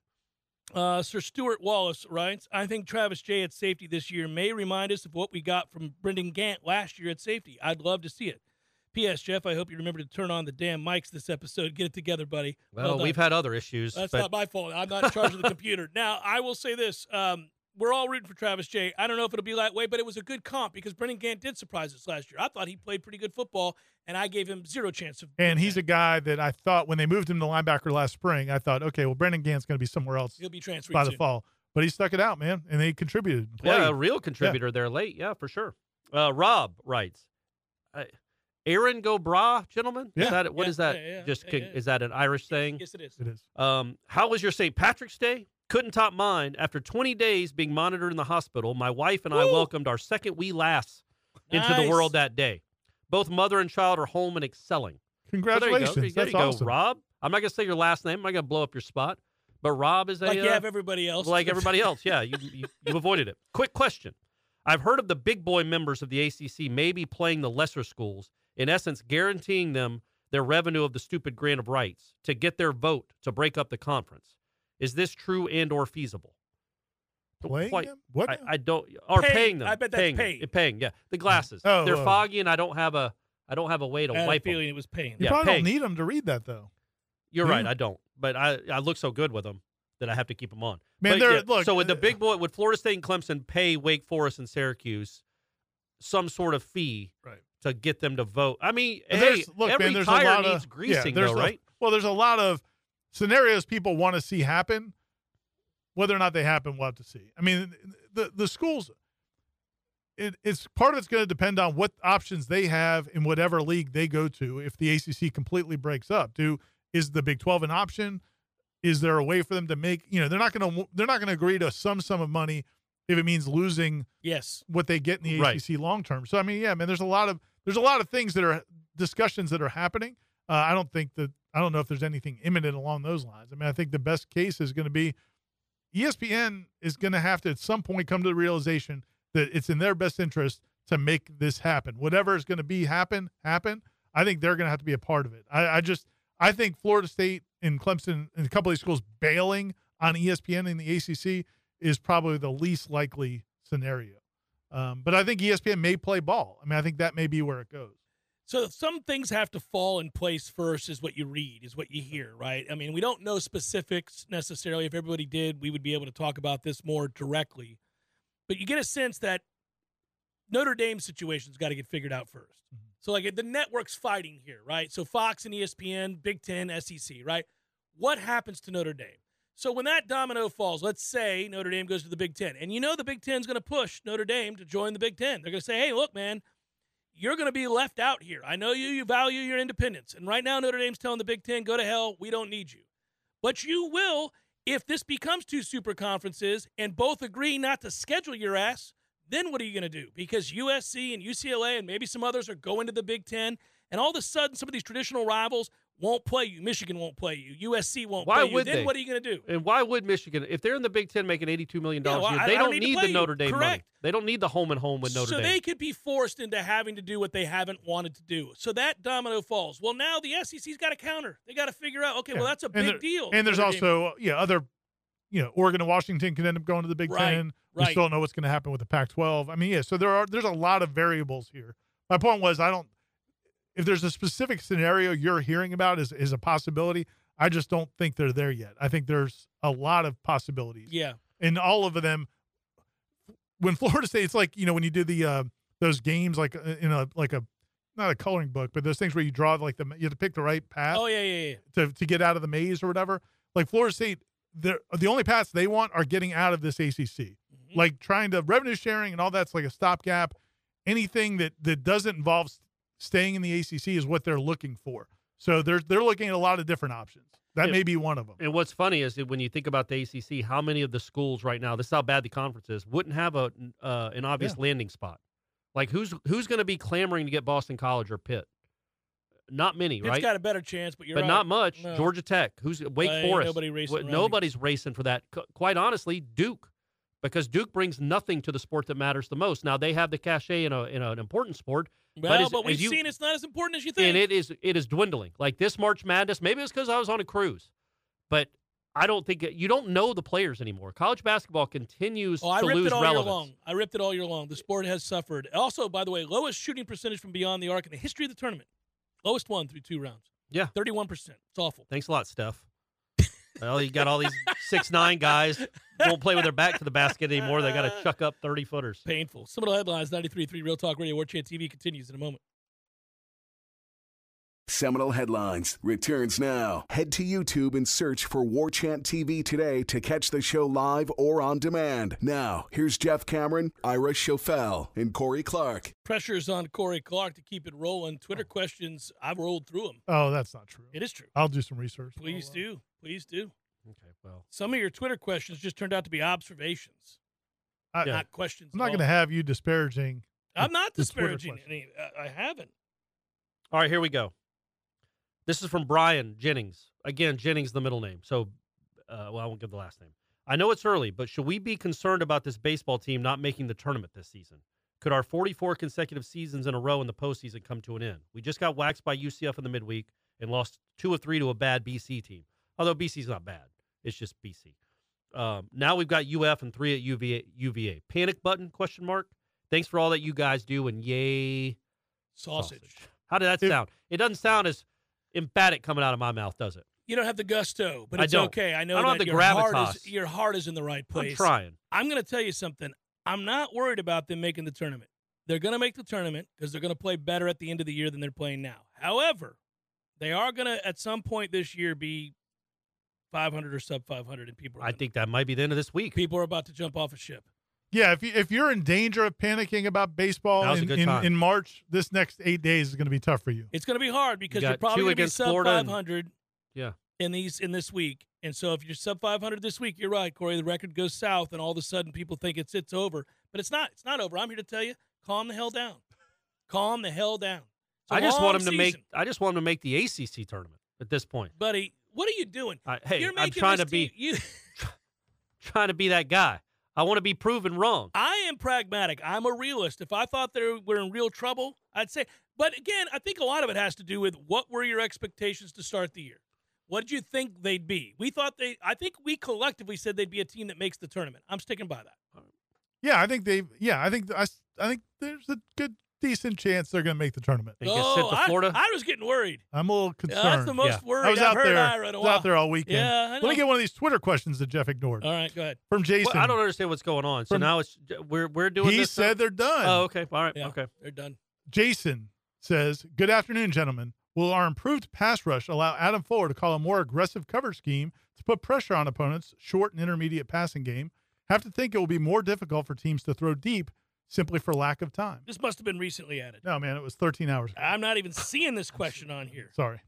Uh, Sir Stuart Wallace writes, I think Travis Jay at safety this year may remind us of what we got from Brendan Gant last year at safety. I'd love to see it. P.S. Jeff, I hope you remember to turn on the damn mics this episode. Get it together, buddy.
Well,
done.
we've had other issues.
That's
but
not my fault. I'm not in charge of the computer. Now, I will say this. Um, we're all rooting for Travis Jay. I don't know if it'll be that way, but it was a good comp because Brendan Gant did surprise us last year. I thought he played pretty good football, and I gave him zero chance of.
And he's a guy that I thought when they moved him to linebacker last spring, I thought, okay, well, Brendan Gant's going to be somewhere else
He'll be transferred
by the
soon.
fall. But he stuck it out, man, and they contributed. and
Yeah, a
played.
real contributor there late. Yeah, for sure. Uh, Rob writes, uh, Aaron go bra, gentlemen. Is
Yeah.
that what
Yeah,
is that?
yeah, yeah,
Just
yeah,
con-
yeah.
is that an Irish thing?
Yes, it is.
It is.
Um, how was your St. Patrick's Day? Couldn't top mine. After 20 days being monitored in the hospital, my wife and I
Woo!
welcomed our second wee lass into the
Nice.
world that day. Both mother and child are home and excelling. So there you go.
Congratulations.
There you go.
That's
There you go,
awesome.
Rob. I'm not gonna say your last name. I'm not gonna blow up your spot. But Rob is a
Like you
uh,
have everybody else.
like everybody else. Yeah, you, you, you avoided it. Quick question. I've heard of the big boy members of the ACC maybe playing the lesser schools, in essence, guaranteeing them their revenue of the stupid grant of rights to get their vote to break up the conference. Is this true and or feasible?
Playing
Quite-
him? What?
I, I don't or
Paying.
paying, them.
I bet that's
paying. them.
paying.
Yeah, Paying, yeah. The glasses.
Oh,
They're
oh.
foggy and I don't have a I don't have a way to
I had a
wipe 'em.
feeling it was pain.
you
yeah,
probably
paying.
don't need him to read that, though.
You're
Yeah.
right. I don't. But I, I look so good with them that I have to keep them on.
Man,
But
they're-
yeah,
look,
so with the
uh,
big boy, would Florida State and Clemson pay Wake Forest and Syracuse some sort of fee
Right.
to get them to vote? I mean,
But
hey,
there's- look,
every
man, there's
tire
a lot
needs
of,
greasing,
yeah, there's
though,
a-
right?
Well, there's a lot of scenarios people want to see happen. Whether or not they happen, we'll have to see. I mean, the the schools, it, it's part of it's going to depend on what options they have in whatever league they go to. If the ACC completely breaks up, do is the Big Twelve an option? Is there a way for them to make? You know, they're not going to they're not going to agree to some sum of money if it means losing
Yes.
what they get in the
Right.
ACC long term. So I mean, yeah, man, there's a lot of there's a lot of things that are discussions that are happening. Uh, I don't think that I don't know if there's anything imminent along those lines. I mean, I think the best case is going to be E ESPN is going to have to at some point come to the realization that it's in their best interest to make this happen. Whatever is going to be happen, happen. I think they're going to have to be a part of it. I, I just I think Florida State and Clemson and a couple of these schools bailing on E ESPN and the ACC is probably the least likely scenario. Um, but I think ESPN may play ball. I mean, I think that may be where it goes.
So some things have to fall in place first is what you read, is what you hear, right? I mean, we don't know specifics necessarily. If everybody did, we would be able to talk about this more directly. But you get a sense that Notre Dame situation's got to get figured out 1st
Mm-hmm.
So like the network's fighting here, right? So Fox and E ESPN, Big 10, SEC, right? What happens to Notre Dame? So when that domino falls, let's say Notre Dame goes to the Big 10, and you know the Big 10's going to push Notre Dame to join the Big 10. They're going to say, "Hey, look, man, you're going to be left out here. I know you, you value your independence. And right now, Notre Dame's telling the Big Ten, go to hell. We don't need you. But you will if this becomes two super conferences and both agree not to schedule your ass. Then what are you going to do? Because USC and UCLA and maybe some others are going to the Big Ten. And all of a sudden, some of these traditional rivals won't play you. Michigan won't play you. USC won't
Why
play you.
would
Then
they?
what are you going to do?
And why would Michigan, if they're in the Big Ten making $82 million
Yeah, well,
a year,
I-
they
I don't
don't
need to
need
play
the
you.
Notre Dame money.
Correct.
They don't need the home and home with Notre
so
Dame.
they could be forced into having to do what they haven't wanted to do. So that domino falls. Well, now the SEC's got a counter. They got to figure out. Okay, well
Yeah.
that's a
And
big
there-
deal.
And there's
Notre Dame.
also yeah other, you know, Oregon and Washington could end up going to the Big
Right,
Ten. We
right.
still don't know what's going to happen with the Pac-12. I mean, yeah. So there are there's a lot of variables here. My point was I don't. If there's a specific scenario you're hearing about is is a possibility, I just don't think they're there yet. I think there's a lot of possibilities,
yeah,
and all of them. When Florida State, it's like you know when you do the uh, those games like uh, in a like a not a coloring book, but those things where you draw like the you have to pick the right path
oh yeah, yeah, yeah.
to, to get out of the maze or whatever. Like Florida State, the the only paths they want are getting out of this ACC.
Mm.
Like trying to revenue sharing and all that's like a stopgap. Anything that that doesn't involve s- staying in the ACC is what they're looking for. So they're they're looking at a lot of different options. That
Yeah.
may be one of them.
And what's funny is that when you think about the ACC, how many of the schools right now, this is how bad the conference is, wouldn't have a uh, an obvious landing spot. Like who's who's going to be clamoring to get Boston College or Pitt? Not many,
It's
right?
got a better chance, but you're
but
right.
not much.
No.
Georgia Tech, who's Wake
Ain't
Forest.
nobody racing around.
nobody's racing for that. Qu- Quite honestly, Duke, because Duke brings nothing to the sport that matters the most. Now they have the cachet in a in an important sport,
Well,
as-
but,
as
we've
you-
seen it's not as important as you think.
and it is it is dwindling. Like this March Madness, maybe it's because I was on a cruise, but I don't think you don't know the players anymore. College basketball continues
oh, I
to
ripped
lose
it all
relevance.
year long. I ripped it all year long. The sport has suffered. Also, by the way, lowest shooting percentage from beyond the arc in the history of the tournament. Lowest one through two rounds.
Yeah.
thirty-one percent. It's awful.
Thanks a lot, Steph. well, you got all these six nine guys won't play with their back to the basket anymore. They got to chuck up thirty footers.
Painful. Some of the headlines. 93.3 Real Talk Radio. War Chant TV continues in a moment.
Seminal Headlines returns now. Head to YouTube and search for War Chant TV today to catch the show live or on demand. Now, here's Jeff Cameron, Ira Schofel, and Corey Clark.
Pressure's on Corey Clark to keep it rolling. Twitter
Oh.
questions. I've rolled through them.
Oh, that's not true.
It is true.
I'll do some research. Oh,
Please do. Please do.
Okay, well,
Some of your Twitter questions just turned out to be observations,
I,
Yeah.
not questions.
I'm
at
not going
all.
to have you disparaging.
I'm not
the Twitter
disparaging
question.
any. I, I haven't.
all right, here we go. This is from Brian Jennings. Again, Jennings the middle name. So, uh, well, I won't give the last name. I know it's early, but should we be concerned about this baseball team not making the tournament this season? Could our 44 consecutive seasons in a row in the postseason come to an end? We just got waxed by UCF in the midweek and lost two of three to a bad BC team. Although BC's not bad, it's just BC. Um, now we've got UF and three at UVA. UVA. Panic button? Question mark. Thanks for all that you guys do, and yay
Sausage.
How did that
If-
sound? It doesn't sound as emphatic coming out of my mouth, does it?
You don't have the gusto, but
I
it's
don't.
okay. I know
I don't
that
have the
your heart is
gravitas.
your heart is in the right place.
I'm trying.
I'm going to tell you something. I'm not worried about them making the tournament. They're going to make the tournament because they're going to play better at the end of the year than they're playing now. However, they are going to at some point this year be 500 or sub 500, and people. Are
I
gonna-
think that might be the end of this week.
people are about to jump off a ship.
Yeah, if you, if you're in danger of panicking about
That
baseball
was a
in,
good
in,
time.
in March, this next eight days is going to be tough for you.
It's going to be hard because
got
you are probably
two
going to be
against
sub
Florida and-
500.
Yeah.
In these in this week, and so if you're sub 500 this week, you're right, Corey. The record goes south, and all of a sudden people think it's it's over, but it's not. It's not over. I'm here to tell you, calm the hell down. Calm the hell down. It's a
I just want
long
him to make.
season.
I just want him to make the ACC tournament at this point.
buddy. What are you doing?
Uh,
I, hey,
you're
I'm
making
trying to
this
be
team- You,
trying to be that guy. I want to be proven wrong.
I am pragmatic. I'm a realist. If I thought they were in real trouble, I'd say. But again, I think a lot of it has to do with what were your expectations to start the year. What did you think they'd be? We thought they. I think we collectively said they'd be a team that makes the tournament. I'm sticking by that.
Yeah, I think they. Yeah, I think I, s- I think there's a good decent chance they're going to make the tournament.
They get sent to
Oh, I-
Florida.
I, was getting worried.
I'm a little concerned.
that's the most
Yeah.
worried
I was
have
out
heard
there.
Ira in a
was out
while.
there all weekend.
Yeah, I
Let
know. Uh,
me get one of these Twitter questions that Jeff ignored
All right, go ahead.
from Jason.
Well, I don't understand what's going on. So
From-
now it's we're we're doing.
he
this now?
said they're done.
Oh, okay. All right.
Yeah,
Okay.
they're done.
Jason says, "Good afternoon, gentlemen. Will our improved pass rush allow Adam Fuller to call a more aggressive cover scheme to put pressure on opponents' short and intermediate passing game? Have to think it will be more difficult for teams to throw deep simply for lack of time.
This must have been recently added.
No, man, it was 13 hours. ago.
I'm not even seeing this question on here.
Sorry.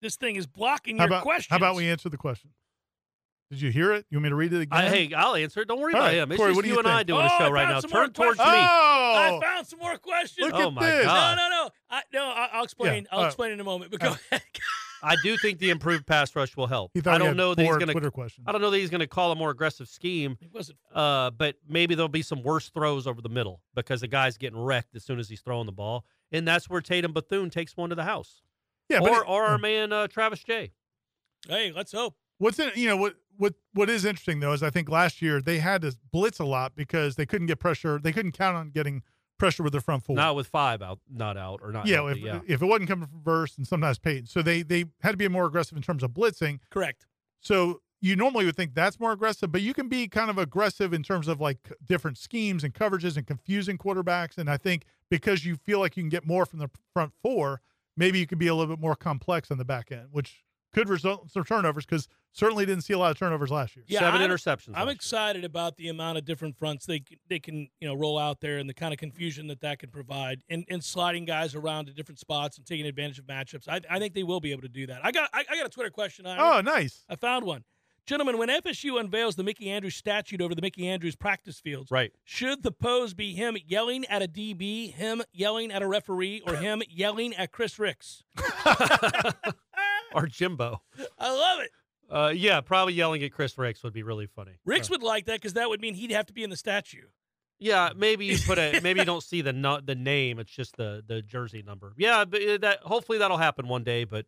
This thing is blocking
How
your
about
questions.
how about we answer the question? Did you hear it? You want me to read it again?
I, hey, I'll answer it. Don't worry
All
about
right,
him. It's
Corey,
just
what do
you,
you
and I
think?
doing
Oh,
a
I
show right
found
now.
some more
Turn towards me.
questions.
oh,
I found some more questions.
Look
oh
at
my
this.
god!
No, no, no. I, no, I- I'll explain.
Yeah,
I'll
uh,
explain in a moment. But go
uh,
ahead.
I do think the improved pass rush will help.
he thought
I
we
don't
had
know that he's
four
going to.
Twitter questions.
I don't know that he's going to call a more aggressive scheme.
It wasn't.
Uh, but maybe there'll be some worse throws over the middle because the guy's getting wrecked as soon as he's throwing the ball, and that's where Tatum Bethune takes one to the house.
Yeah, but
or,
it- Hmm.
or our man uh, Travis J.
Hey, let's hope.
What's in you know what what what is interesting though is I think last year they had to blitz a lot because they couldn't get pressure. They couldn't count on getting pressure with their front four.
Not with five out, not out or not.
yeah,
healthy,
if, uh, if it wasn't coming from verse and sometimes Peyton, so they they had to be more aggressive in terms of blitzing.
Correct.
So you normally would think that's more aggressive, but you can be kind of aggressive in terms of like c- different schemes and coverages and confusing quarterbacks. And I think because you feel like you can get more from the front four, maybe you can be a little bit more complex on the back end, which could result in some turnovers because certainly didn't see a lot of turnovers last year.
Yeah,
7
I'm-
interceptions.
I'm
last
excited about the amount of different fronts they c- they can you know roll out there and the kind of confusion that that can provide and, and sliding guys around to different spots and taking advantage of matchups. I, I think they will be able to do that. I got I, I got a Twitter question. Ira.
Oh, nice.
I found one, gentlemen. When FSU unveils the Mickey Andrews statute over the Mickey Andrews practice fields,
Right.
should the pose be him yelling at a DB, him yelling at a referee, or him yelling at Chris Ricks?
Or Jimbo.
I love it.
Uh, yeah, probably yelling at Chris Ricks would be really funny.
Ricks would like that because that would mean he'd have to be in the statue.
Yeah, maybe you put a maybe you don't see the no, the name. It's just the the jersey number. Yeah, but uh, that hopefully that'll happen one day. But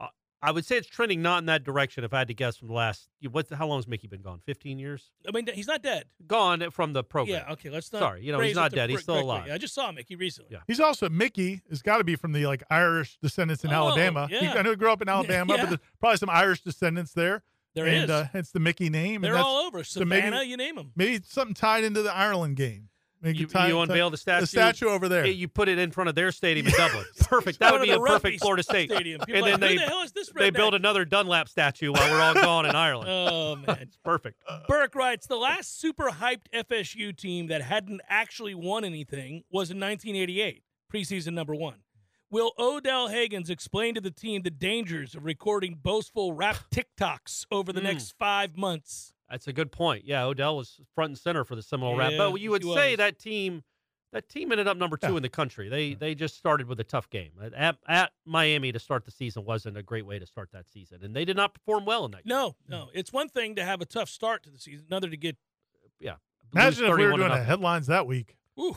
uh, I would say it's trending not in that direction. If I had to guess from the last, what how long has Mickey been gone? Fifteen years
I mean, he's not dead.
gone uh, from the program.
Yeah, uh, okay, let's not.
Sorry, you know, he's
raise it
not
to
dead, he's
fr-
still
quickly.
alive.
I just saw Mickey recently.
Yeah.
He's also Mickey. Has got to be from the like Irish descendants in
Oh,
Alabama. He-
yeah.
I know he grew up in Alabama,
Yeah.
but there's probably some Irish descendants there.
there
and,
is.
Uh, hence the Mickey name.
They're
and that's
all over.
maybe-
Savannah, you name them.
maybe something tied into the Ireland game. Maybe
You,
tie-
you
tie-
unveil the statue.
the statue over there.
eh, You put it in front of their stadium in Dublin. Perfect. That
Out
would
of
be
the
a perfect
Rugby
Florida State.
Stadium. People
And
are like,
then they
Who the hell is this?
they build
redneck?"
another Dunlap statue while we're all gone in Ireland.
Oh man.
Perfect.
Burke writes the last super hyped FSU team that hadn't actually won anything was in 1988, preseason number one. Will Odell Higgins explain to the team the dangers of recording boastful rap TikToks over the
Mm.
next five months?
That's a good point. Yeah, Odell was front and center for the Seminole Rap,
Yeah,
but you would
he
say
was.
that team, that team ended up number two
Yeah.
in the country. They they just started with a tough game at, at Miami to start the season wasn't a great way to start that season, and they did not perform well in that. game.
No, no. It's one thing to have a tough start to the season, another to get
Lose
Imagine if we were
31 to
doing the
nothing.
headlines that week.
ooh,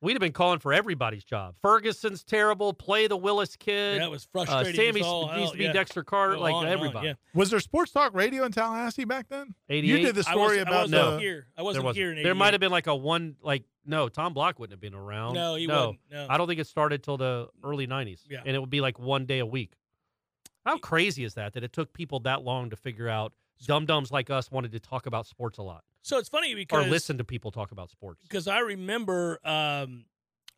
We'd have been calling for everybody's job. Ferguson's terrible. Play the Willis kid.
that was
uh,
frustrating.
Sammy
as all
needs
hell,
to be
yeah.
Dexter Carter,
Go
like
on and on,
everybody.
yeah.
Was there sports talk radio in Tallahassee back then? You
88.
did the
I
story
wasn't- I
about
wasn't
the.
here. I
there
wasn't
wasn't.
here. In
there might
88.
have been like a one, like no, Tom Block wouldn't have been around.
No, he
no.
wouldn't. No.
I don't think it started till the early 90s.
Yeah.
And it would be like one day a week. How crazy is that that it took people that long to figure out dum dums like us wanted to talk about sports a lot
so it's funny
or
because
listen to people talk about sports?
because I remember, um,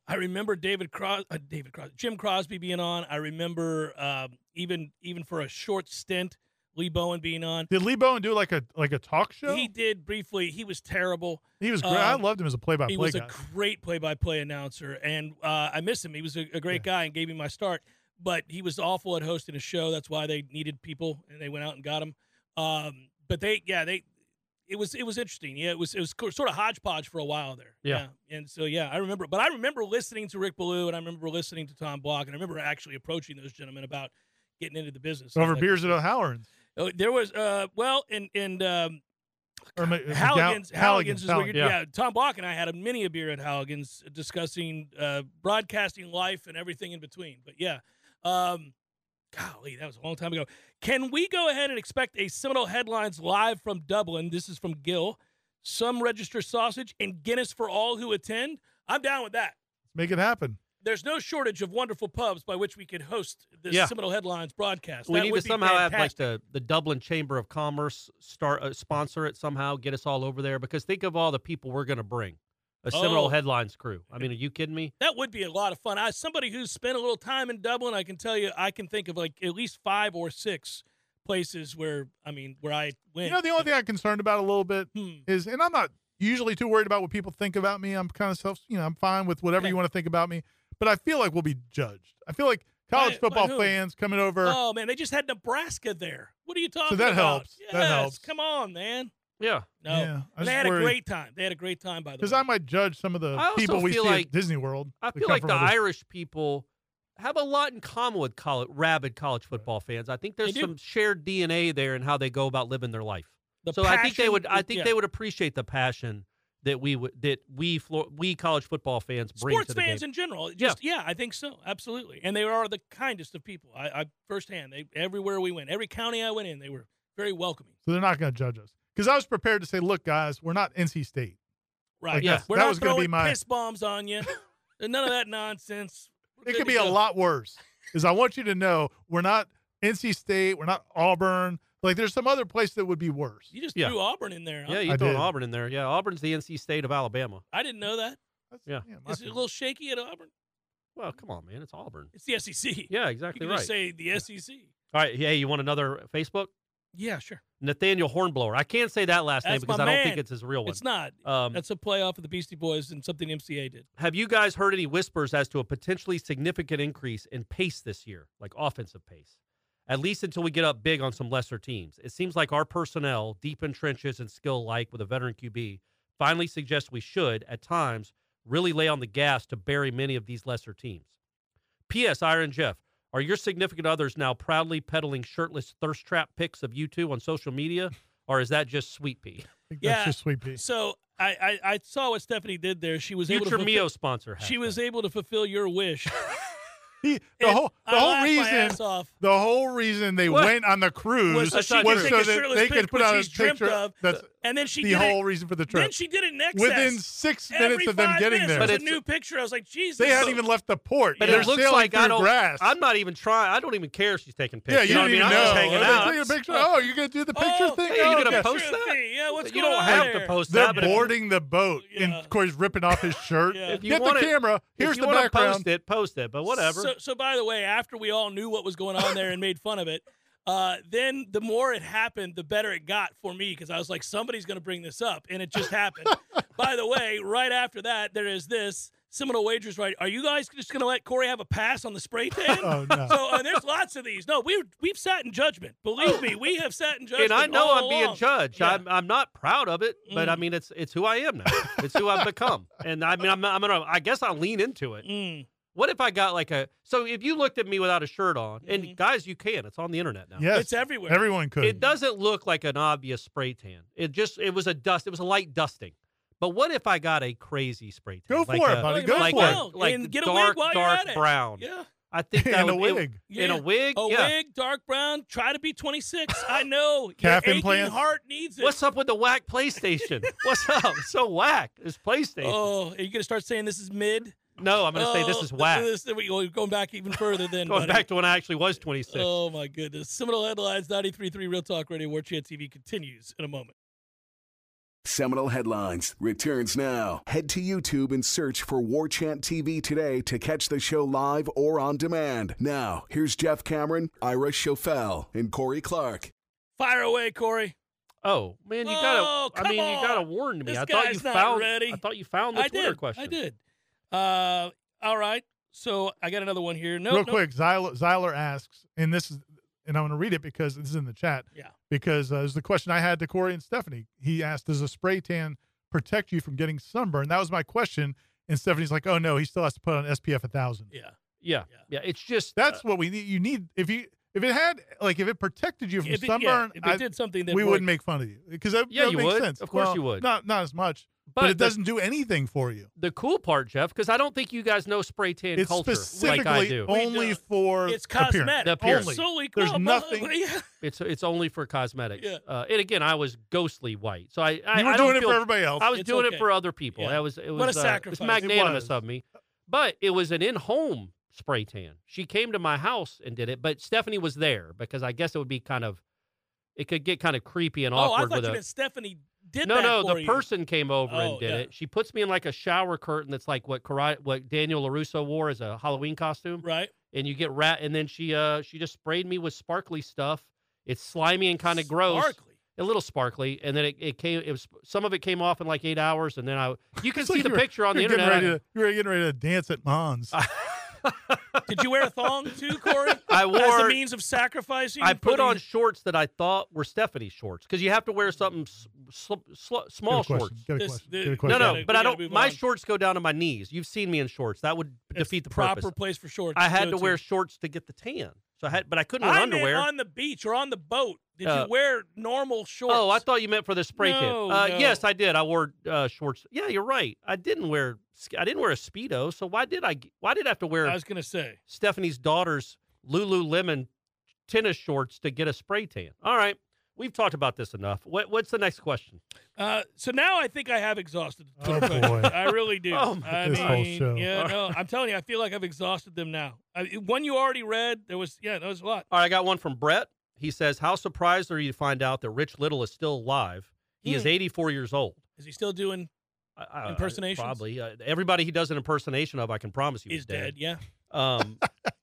I remember David Cros, uh, David Cros, Jim Crosby being on. I remember um, even even for a short stint, Lee Bowen being on.
Did Lee Bowen do like a like a talk show?
He
He,
did briefly. He was terrible.
was great. I
um,
loved him as a play-by-play
He was
guy.
a great play-by-play announcer, and uh, I miss him. He was a, a great guy and gave me my start, but he was awful at hosting a show. That's why they needed people, and they went out and got him. Um, but they, yeah, they, it was it was interesting. Yeah, it was it was co- sort of hodgepodge for a while there.
Yeah.
and so yeah, I remember. But I remember listening to Rick Ballou, and I remember listening to Tom Block, and I remember actually approaching those gentlemen about getting into the business. I was
Over
like-
beers at O'Halloran's.
Oh, there was uh, well, and and um,
Or ma- uh, McGow-
Halligan's, Halligan's, is where
Halligan.
you're,
yeah.
yeah. Tom Block and I had a mini a beer at Halligan's discussing uh, broadcasting life and everything in between. But yeah, um, golly, that was a long time ago. Can we go ahead and expect a Seminole headlines live from Dublin? This is from Gill. Some register sausage and Guinness for all who attend. I'm down with that.
Make it happen.
There's no shortage of wonderful pubs by which we could host the
Yeah.
Seminole headlines broadcast.
we
That
need
would
to
be
somehow have like
fantastic.
the, the Dublin Chamber of Commerce start uh, sponsor it somehow, get us all over there because think of all the people we're going to bring. A Seminole
Oh.
Headlines crew. I mean, are you kidding me?
That would be a lot of fun. I somebody who's spent a little time in Dublin, I can tell you, I can think of like at least five or six places where I mean where I went.
You know, the only thing I'm concerned about a little bit
Hmm.
is, and I'm not usually too worried about what people think about me. I'm kind of self, you know, I'm fine with whatever
Okay.
you want to think about me, but I feel like we'll be judged. I feel like college
By- by
football
who?
fans coming over.
Oh man, they just had Nebraska there. What are you talking
that
about?
helps.
Yes,
That helps.
Come on, man.
Yeah.
No,
Yeah, I
they
just
had a
worry.
great time. They had a great time by the
Because
way.
I might judge some of the
I also
people we see
feel
at
like-
Disney World.
I
that
feel
come
like
from
the
other-
Irish people have a lot in common with college, rabid college football fans. I think there's
They do.
some shared DNA there in how they go about living their life.
The
so I think they
passion
would. I
was-
think
yeah.
they would appreciate the passion that we would that we Flo- we college football fans bring
sports
to the
fans
game.
in general. Just yeah. I think so. Absolutely. And they are the kindest of people. I, I firsthand. They everywhere we went, every county I went in, they were very welcoming.
So they're not going to judge us. Because I was prepared to say, look, guys, we're not NC State.
Right.
Like,
Yeah.
that's-
We're
that
not
was gonna
throwing
be my-
piss bombs on you. None of that nonsense. We're
It
good
could
to
be a
go.
lot worse. Is I want you to know we're not NC State, we're not Auburn. Like there's some other place that would be worse.
You just
Yeah.
threw Auburn in there. Huh?
Yeah, you
I
throw an
did.
Auburn in there. Yeah, Auburn's the NC State of Alabama.
I didn't know that.
That's,
Yeah.
my
Is it a
fault.
little shaky at Auburn?
Well, come on, man, it's Auburn.
It's the SEC.
Yeah,
You
exactly
can
right.
just say the E SEC.
All right, hey, you want another Facebook?
Yeah, sure.
Nathaniel Hornblower. I can't say that last name
That's my
because I don't think
man.
it's his real one.
It's not.
um,
That's a playoff of the Beastie Boys and something MCA did.
Have you guys heard any whispers as to a potentially significant increase in pace this year, like offensive pace? At least until we get up big on some lesser teams. It seems like our personnel, deep in trenches and skill like with a veteran QB, finally suggests we should, at times, really lay on the gas to bury many of these lesser teams. P.S. Iron Jeff, are your significant others now proudly peddling shirtless thirst trap pics of you two on social media, or is that just sweet pea?
I think
Yeah.
That's just sweet pea.
So I, I, I saw what Stephanie did there. She was able to
Future
fulfill-
Mio sponsor.
She
hashtag.
was able to fulfill your wish.
He- the
And
whole the
I
whole
laughed my
reason
ass off.
the whole reason they
What?
went on the cruise
Was
was,
so
she could take
so
a
that
shirtless
they
pic,
could put
which
out a
she's dreamt
picture.
of,
That's
And then she
the
did
whole
it.
reason for the
Then
trip.
she did it next.
Within six minutes of them getting there,
But
But a
it's-
new picture. I was like, Jesus.
they hadn't even left the port.
But
They're
it looks
sailing
like I
through
don't.
grass.
I'm not even trying. I don't even care if she's taking
yeah,
pictures.
you,
know
don't
what I mean?
even
I'm just
know.
hanging
They
out.
take a picture. Oh, you're gonna do the picture
Oh,
thing.
Hey, you're
Oh,
gonna
okay.
post
Sure
that?
thing. Yeah, what's
you
going
don't
on
have
there?
to post
They're
that. But if-
boarding the boat,
Yeah.
and Corey's ripping off his shirt.
Yeah. If
you
Get the
wanna-
camera.
if
Here's
you
the
wanna
background.
Post it. Post it. But whatever.
So, so by the way, after we all knew what was going on there and made fun of it, uh, then the more it happened, the better it got for me because I was like, somebody's going to bring this up, and it just happened. by the way, right after that, there is this. Seminole wagers, right? Are you guys just going to let Corey have a pass on the spray tan?
Oh, no.
So and there's lots of these. No, we we've sat in judgment. Believe me, we have sat in judgment.
and I know
all
I'm being
along.
judged.
Yeah.
I'm, I'm not proud of it, but I
Mm.
mean it's it's who I am now. it's who I've become. And I mean I'm, I'm gonna. I guess I'll lean into it.
Mm,
What if I got like a? So if you looked at me without a shirt on,
Mhm.
and guys, you can. It's on the internet now.
Yes,
It's everywhere.
Everyone could.
It doesn't look like an obvious spray tan. It just it was a dust. It was a light dusting. But what if I got a crazy spray tan?
Go
Like
for
a-
it, buddy.
like
Go
like
for
a,
it.
No,
like
and get a wig
dark,
while you're
dark
at it.
brown.
yeah.
I think that
And a
would- it-
wig.
in a
Yeah.
wig.
A
yeah.
wig, dark brown. Try to be 26. I know.
Calf
Your aching
implants?
heart needs it.
What's up with the whack PlayStation? What's up? It's so whack. It's PlayStation.
Oh, are you gonna start saying this is mid?
no, I'm going to say this
Oh,
is whack.
This, there we go. We're going back even further then.
Going
buddy.
back to when I actually was 26.
Oh my goodness. Seminole headlines 93.3 Real Talk Radio War Chant TV continues in a moment.
Seminal Headlines returns now. Head to YouTube and search for War Chant TV today to catch the show live or on demand. Now, here's Jeff Cameron, Ira Schofel, and Corey Clark.
Fire away, Corey.
Oh, man, you
Oh,
got to I
come
mean, you got to
on.
warn me.
This
I thought you
guy's not
found
ready.
I thought you found the
I
Twitter
did.
question.
I did. Uh, all right. So I got another one here. No,
Real quick, Zyler, Zyler asks, and this is, and I'm going to read it because this is in the chat.
Yeah.
Because uh, it was the question I had to Corey and Stephanie. He asked, "Does a spray tan protect you from getting sunburn?" That was my question, and Stephanie's like, "Oh no, he still has to put on SPF a thousand.
Yeah.
Yeah.
Yeah.
Yeah, it's just uh,
That's what we need. You need if you if it had like if it protected you from
If it, yeah,
sunburn,
if it
I-
did something that
we
worked-
wouldn't make fun of you because that,
Yeah,
that
you
makes
would.
sense.
Of course
Well,
you would.
Not not as much, but, it
the-
doesn't do anything for you.
the cool part, Jeff, because I don't think you guys know spray tan
It's
culture
specifically
like I do.
We
only
don't.
for
It's
appearance.
cosmetic. Oh,
The appearance.
Only.
Solely-
There's
well,
nothing-
well, yeah.
It's it's only for cosmetics.
Yeah.
Uh, and again, I was ghostly white, so I I,
You were
I don't
doing it
feel-
for everybody else.
I was
It's
doing
okay.
it for other people.
Yeah.
That was it was
What a
uh,
sacrifice.
It's magnanimous
It was.
of me, but it was an in-home spray tan. She came to my house and did it, but Stephanie was there because I guess it would be kind of it could get kind of creepy and
Oh, I
awkward
thought
with
you
a
meant Stephanie did
no
that
no
for
the
you.
person came over
Oh,
and did
yeah.
it. She puts me in like a shower curtain that's like what karate, what Daniel Larusso wore as a Halloween costume
Right.
and you get rat and then she uh she just sprayed me with sparkly stuff it's slimy and kind of gross
Sparkly.
a little sparkly, and then it, it came. It was some of it came off in like eight hours, and then I you can
It's
see
like
the
you were-
picture on the
you were getting
internet. Ah, I-
ready to- you were getting ready to dance at Mons.
Did you wear a thong too, Corey? As
I
a
wore-
means of sacrificing.
I
for
put
the-
on shorts that I thought were Stephanie shorts because you have to wear something sl- sl- small
Get a question.
shorts.
Get a
This-
question.
the-
Get a
No,
question.
no,
We
but
gotta
I don't.
move
My
on.
shorts go down to my knees. You've seen me in shorts. That would
It's
defeat the
the proper
purpose.
place for shorts.
I had
go
to wear shorts to get the tan, so I had, but I couldn't
I
wear
meant
underwear.
on the beach or on the boat. Did
Uh,
you wear normal shorts?
Oh, I thought you meant for the spray kit.
No,
Uh,
no.
Yes, I did. I wore uh, shorts. Yeah, you're right. I didn't wear. sk- I didn't wear a speedo. So why did I? g- Why did I have to wear
I was gonna say.
Stephanie's daughter's Lululemon tennis shorts to get a spray tan? All right, we've talked about this enough. What, what's the next question?
Uh, so now I think I have exhausted. the
Oh,
Twitter questions.
boy.
I really do.
Oh, my
I
This whole
mean,
show.
yeah, no, I'm telling you, I feel like I've exhausted them now. I, one you already read, there was yeah, there was a lot.
All right, I got one from Brett. He says, "How surprised are you to find out that Rich Little is still alive? He is
Hmm.
84 years old."
Is he still doing?
I- I- I-
Impersonations?
probably. Uh, everybody he does an impersonation of, I can promise you,
Is
is
dead? Yeah.
Um,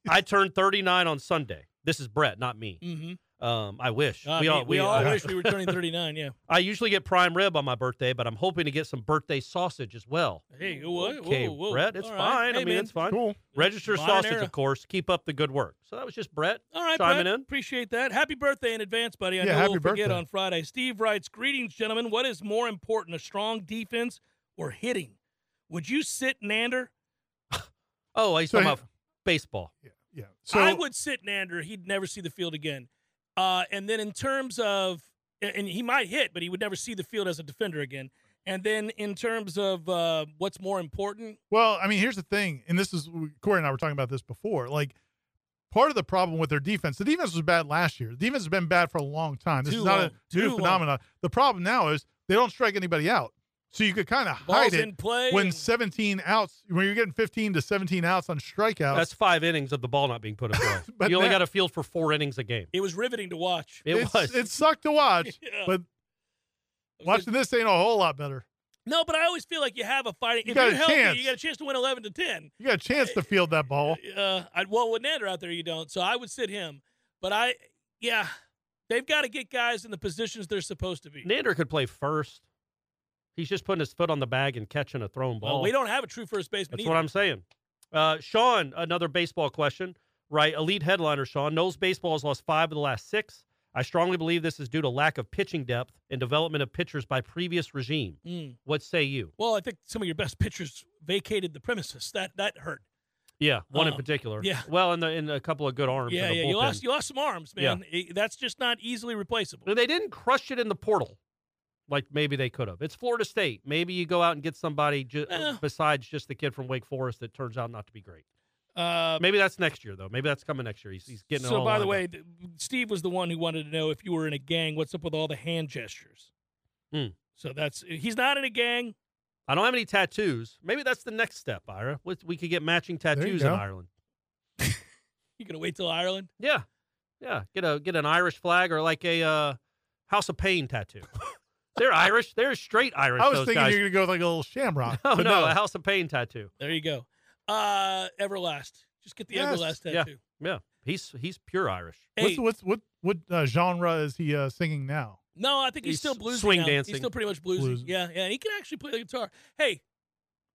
I turned 39 on Sunday. This is Brett, not me.
Mm-hmm.
Um, I wish.
Uh, we, all, we, all
I,
yeah.
wish we were turning 39. Yeah.
I usually get prime rib on my birthday, but I'm hoping to get some birthday sausage as well.
Hey, whoa,
okay,
whoa, whoa.
Brett, it's
All right.
fine.
Hey,
I mean,
man.
it's fine.
Cool.
Register
Modern
sausage,
era.
of course. Keep up the good work. So that was just Brett.
All right,
chiming Brett.
in. Appreciate that. Happy birthday in advance, buddy. I
Yeah,
know
happy
we'll forget
birthday.
on Friday. Steve writes, "Greetings, gentlemen. What is more important, a strong defense or hitting? Would you sit Nander?
Oh, he's
So
talking
he-
about baseball.
Yeah. yeah. So
I would sit Nander. He'd never see the field again. Uh, and then in terms of, and he might hit, but he would never see the field as a defender again. And then in terms of uh, what's more important,
Well, I mean, here's the thing, and this is Corey and I were talking about this before. Like, part of the problem with their defense, the defense was bad last year. The defense has been bad for a long time. This
Too
is not
long.
a new
Too long.
phenomenon. The problem now is they don't strike anybody out, so you could kind of hide
balls
it
in play,
when
and-
17 outs, when you're getting 15 to 17 outs on strikeouts.
That's five innings of the ball not being put in play.
But
you only
that-
got a field for four innings a game.
it was riveting to watch.
It
it's,
was.
It sucked to watch,
Yeah.
but
It was
watching this ain't a whole lot better.
No, but I always feel like you have a fighting.
You
if
got
you're
a
healthy,
chance. Oh.
you got a chance to win 11 to 10.
You got a chance
Eh,
to field that ball.
Uh, I, well, with Nander out there, you don't. So I would sit him. But I, yeah, they've got to get guys in the positions they're supposed to be.
Nander could play first. He's just putting his foot on the bag and catching a thrown ball.
Well, we don't have a true first baseman.
That's
either.
what I'm saying. Uh, Sean, another baseball question, right? Elite headliner Sean Knowles baseball has lost five of the last six. I strongly believe this is due to lack of pitching depth and development of pitchers by previous regime.
Mm.
What say you?
Well, I think some of your best pitchers vacated the premises. That that hurt.
Yeah, one in
Uh,
particular.
yeah.
Well, and the, and a couple of good arms.
yeah,
in the
yeah.
Bullpen.
You lost you lost some arms, man. It- that's just not easily replaceable.
They didn't crush it in the portal, like maybe they could have. It's Florida State. Maybe you go out and get somebody ju-
Eh.
besides just the kid from Wake Forest that turns out not to be great.
Uh,
Maybe that's next year though. Maybe that's coming next year. He's, he's getting. it
so
all
by the
lined
way,
up.
th- Steve was the one who wanted to know if you were in a gang. What's up with all the hand gestures?
Hmm.
So that's he's not in a gang.
I don't have any tattoos. Maybe that's the next step, Ira. We, we could get matching
you
tattoos in
go.
Ireland.
You gonna wait till Ireland?
Yeah, yeah. Get a get an Irish flag or like a uh, House of Pain tattoo. they're Irish. They're straight Irish.
I was
those
thinking
guys. Oh,
you're going to go with like a little shamrock.
no,
Oh,
but
no, a House of Pain tattoo.
There you go. Uh Everlast. Just get the
Yes.
Everlast
Yeah.
tattoo.
Yeah, he's he's pure Irish.
Hey,
What's, what's what what uh, genre is he uh, singing now?
no, I think he's,
He's
still bluesy.
swing
now.
dancing.
He's still pretty much bluesy.
Blues.
Yeah, yeah. And he can actually play the guitar. Hey,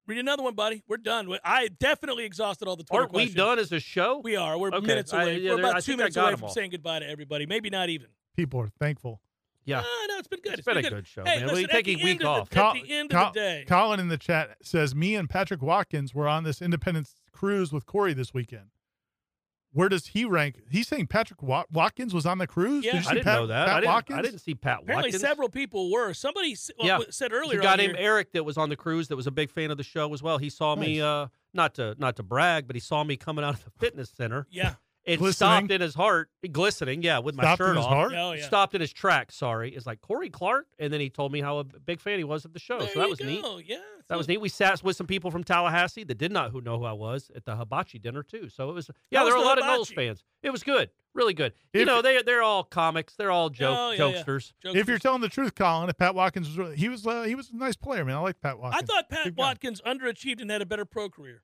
read another one, buddy. We're done. We- I definitely exhausted all the Twitter
Aren't we
questions.
done as a show?
We are. We're
Okay.
minutes
I-
away.
yeah,
We're
there-
about
I
two
think I
minutes
got
away
'em
from
all.
saying goodbye to everybody. Maybe not even.
People are thankful.
yeah,
Ah, no, it's been good.
it's been a good show,
Hey,
man.
listen,
we
at
take
the
a week
end of
off.
the- at the end
Col-
of the day.
Colin in the chat says, "Me and Patrick Watkins were on this Independence cruise with Corey this weekend. Where does he rank? He's saying Patrick Wa- Watkins was on the cruise.
Yeah.
Did you
I
see
didn't
Pat,
know that.
Pat
I, didn't,
Watkins.
I didn't see Pat
Apparently,
Watkins.
several people were. Somebody s-
Yeah.
w- said
There's a
earlier.
guy
on
named
here-
Eric that was on the cruise that was a big fan of the show as well. He saw me
Nice.
uh, not to not to brag, but he saw me coming out of the fitness center.
Yeah.
It
Glistening.
stopped in his heart, glistening. Yeah, with my
Stopped in
shirt
his
off.
heart?
Oh, yeah.
Stopped in his tracks. Sorry, it's like Corey Clark, and then he told me how a big fan he was of the show.
There
Oh, so that
you
was neat.
go. Yeah.
That was neat. We sat with some people from Tallahassee that did not who know who I was at the hibachi dinner too. So it was yeah,
How
there
was
were a
the
lot of Knowles
hibachi?
fans. It was good, really good. you
If-
know, they they're all comics, they're all joke
Oh, yeah, yeah.
jokesters.
If you're
Jokers.
telling the truth, Colin, if Pat Watkins was really- he was uh, he was a nice player, man. I like Pat
I
Watkins.
thought Pat
Good guy.
Watkins underachieved and had a better pro career.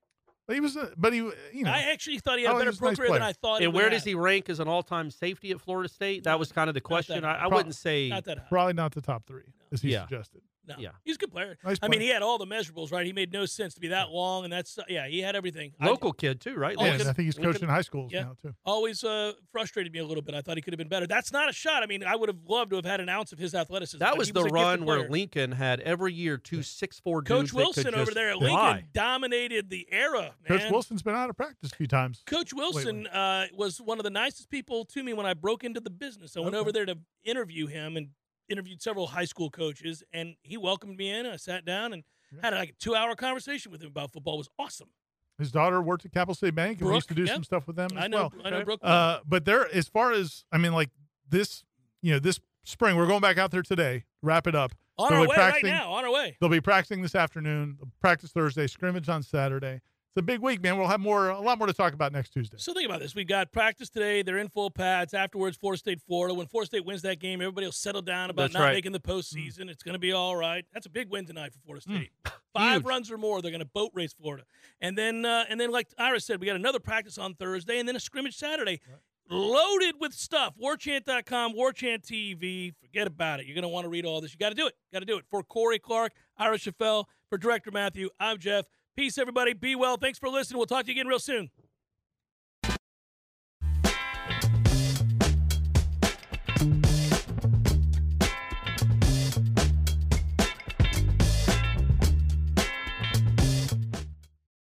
But he was, a, but he, you know,
I actually thought he had
Oh,
a better
he's a nice
broker than
player.
I thought. he
And
would
where
have.
does he rank as an all-time safety at Florida State? That was kind of the question. I, I
Pro-
wouldn't say
Not that high.
probably not the top three, as he
Yeah.
suggested.
No.
Yeah.
He's a good player.
Nice
I mean,
player.
he had all the measurables, right? He made no sense to be that long, and that's yeah, he had everything. I-
local kid too, right?
Oh,
yeah,
Lincoln-
and I think he's
Lincoln-
coaching high schools
Yeah.
now too.
always uh, frustrated me a little bit. I thought he could have been better. That's not a shot. I mean, I would have loved to have had an ounce of his athleticism.
That
but
was
he
the
a gifted
run where
player.
Lincoln had every year two six four
Coach
dudes that
Wilson
could
over
just
there at Lincoln
fly.
dominated the era. Man.
Coach Wilson's been out of practice a few times.
Coach Wilson uh, was one of the nicest people to me when I broke into the business. I went
Okay.
over there to interview him and interviewed several high school coaches, and he welcomed me in. I sat down and
Yeah.
had like a two-hour conversation with him about football. It was awesome.
His daughter worked at Capital City Bank, and we used to do
Brooke, yeah.
some stuff with them as
I know,
well.
I know,
okay.
Brooke.
Uh, but there, as far as I mean, like this, you know, this spring we're going back out there today. Wrap it up.
on
they'll
our
be
way right
practicing-
now. On our way.
They'll be practicing this afternoon. Practice Thursday, scrimmage on Saturday. It's a big week, man. We'll have more, a lot more to talk about next Tuesday.
So think about this. We got practice today. They're in full pads. Afterwards, Florida State, Florida. When Florida State wins that game, everybody will settle down about
That's
not
right. Mm.
making the postseason. It's going to be all right. That's a big win tonight for Florida State. Five
Huge.
runs or more, they're going to boat race Florida. And then, uh, and then, like Ira said, we got another practice on Thursday, and then a scrimmage Saturday. Loaded with stuff. Warchant.com, Warchant TV. Forget about it. You're going to want to read all this. You got to do it. Got to do it. For Corey Clark, Ira Chaffel, for Director Matthew, I'm Jeff. Peace, everybody. Be well. Thanks for listening. We'll talk to you again real soon.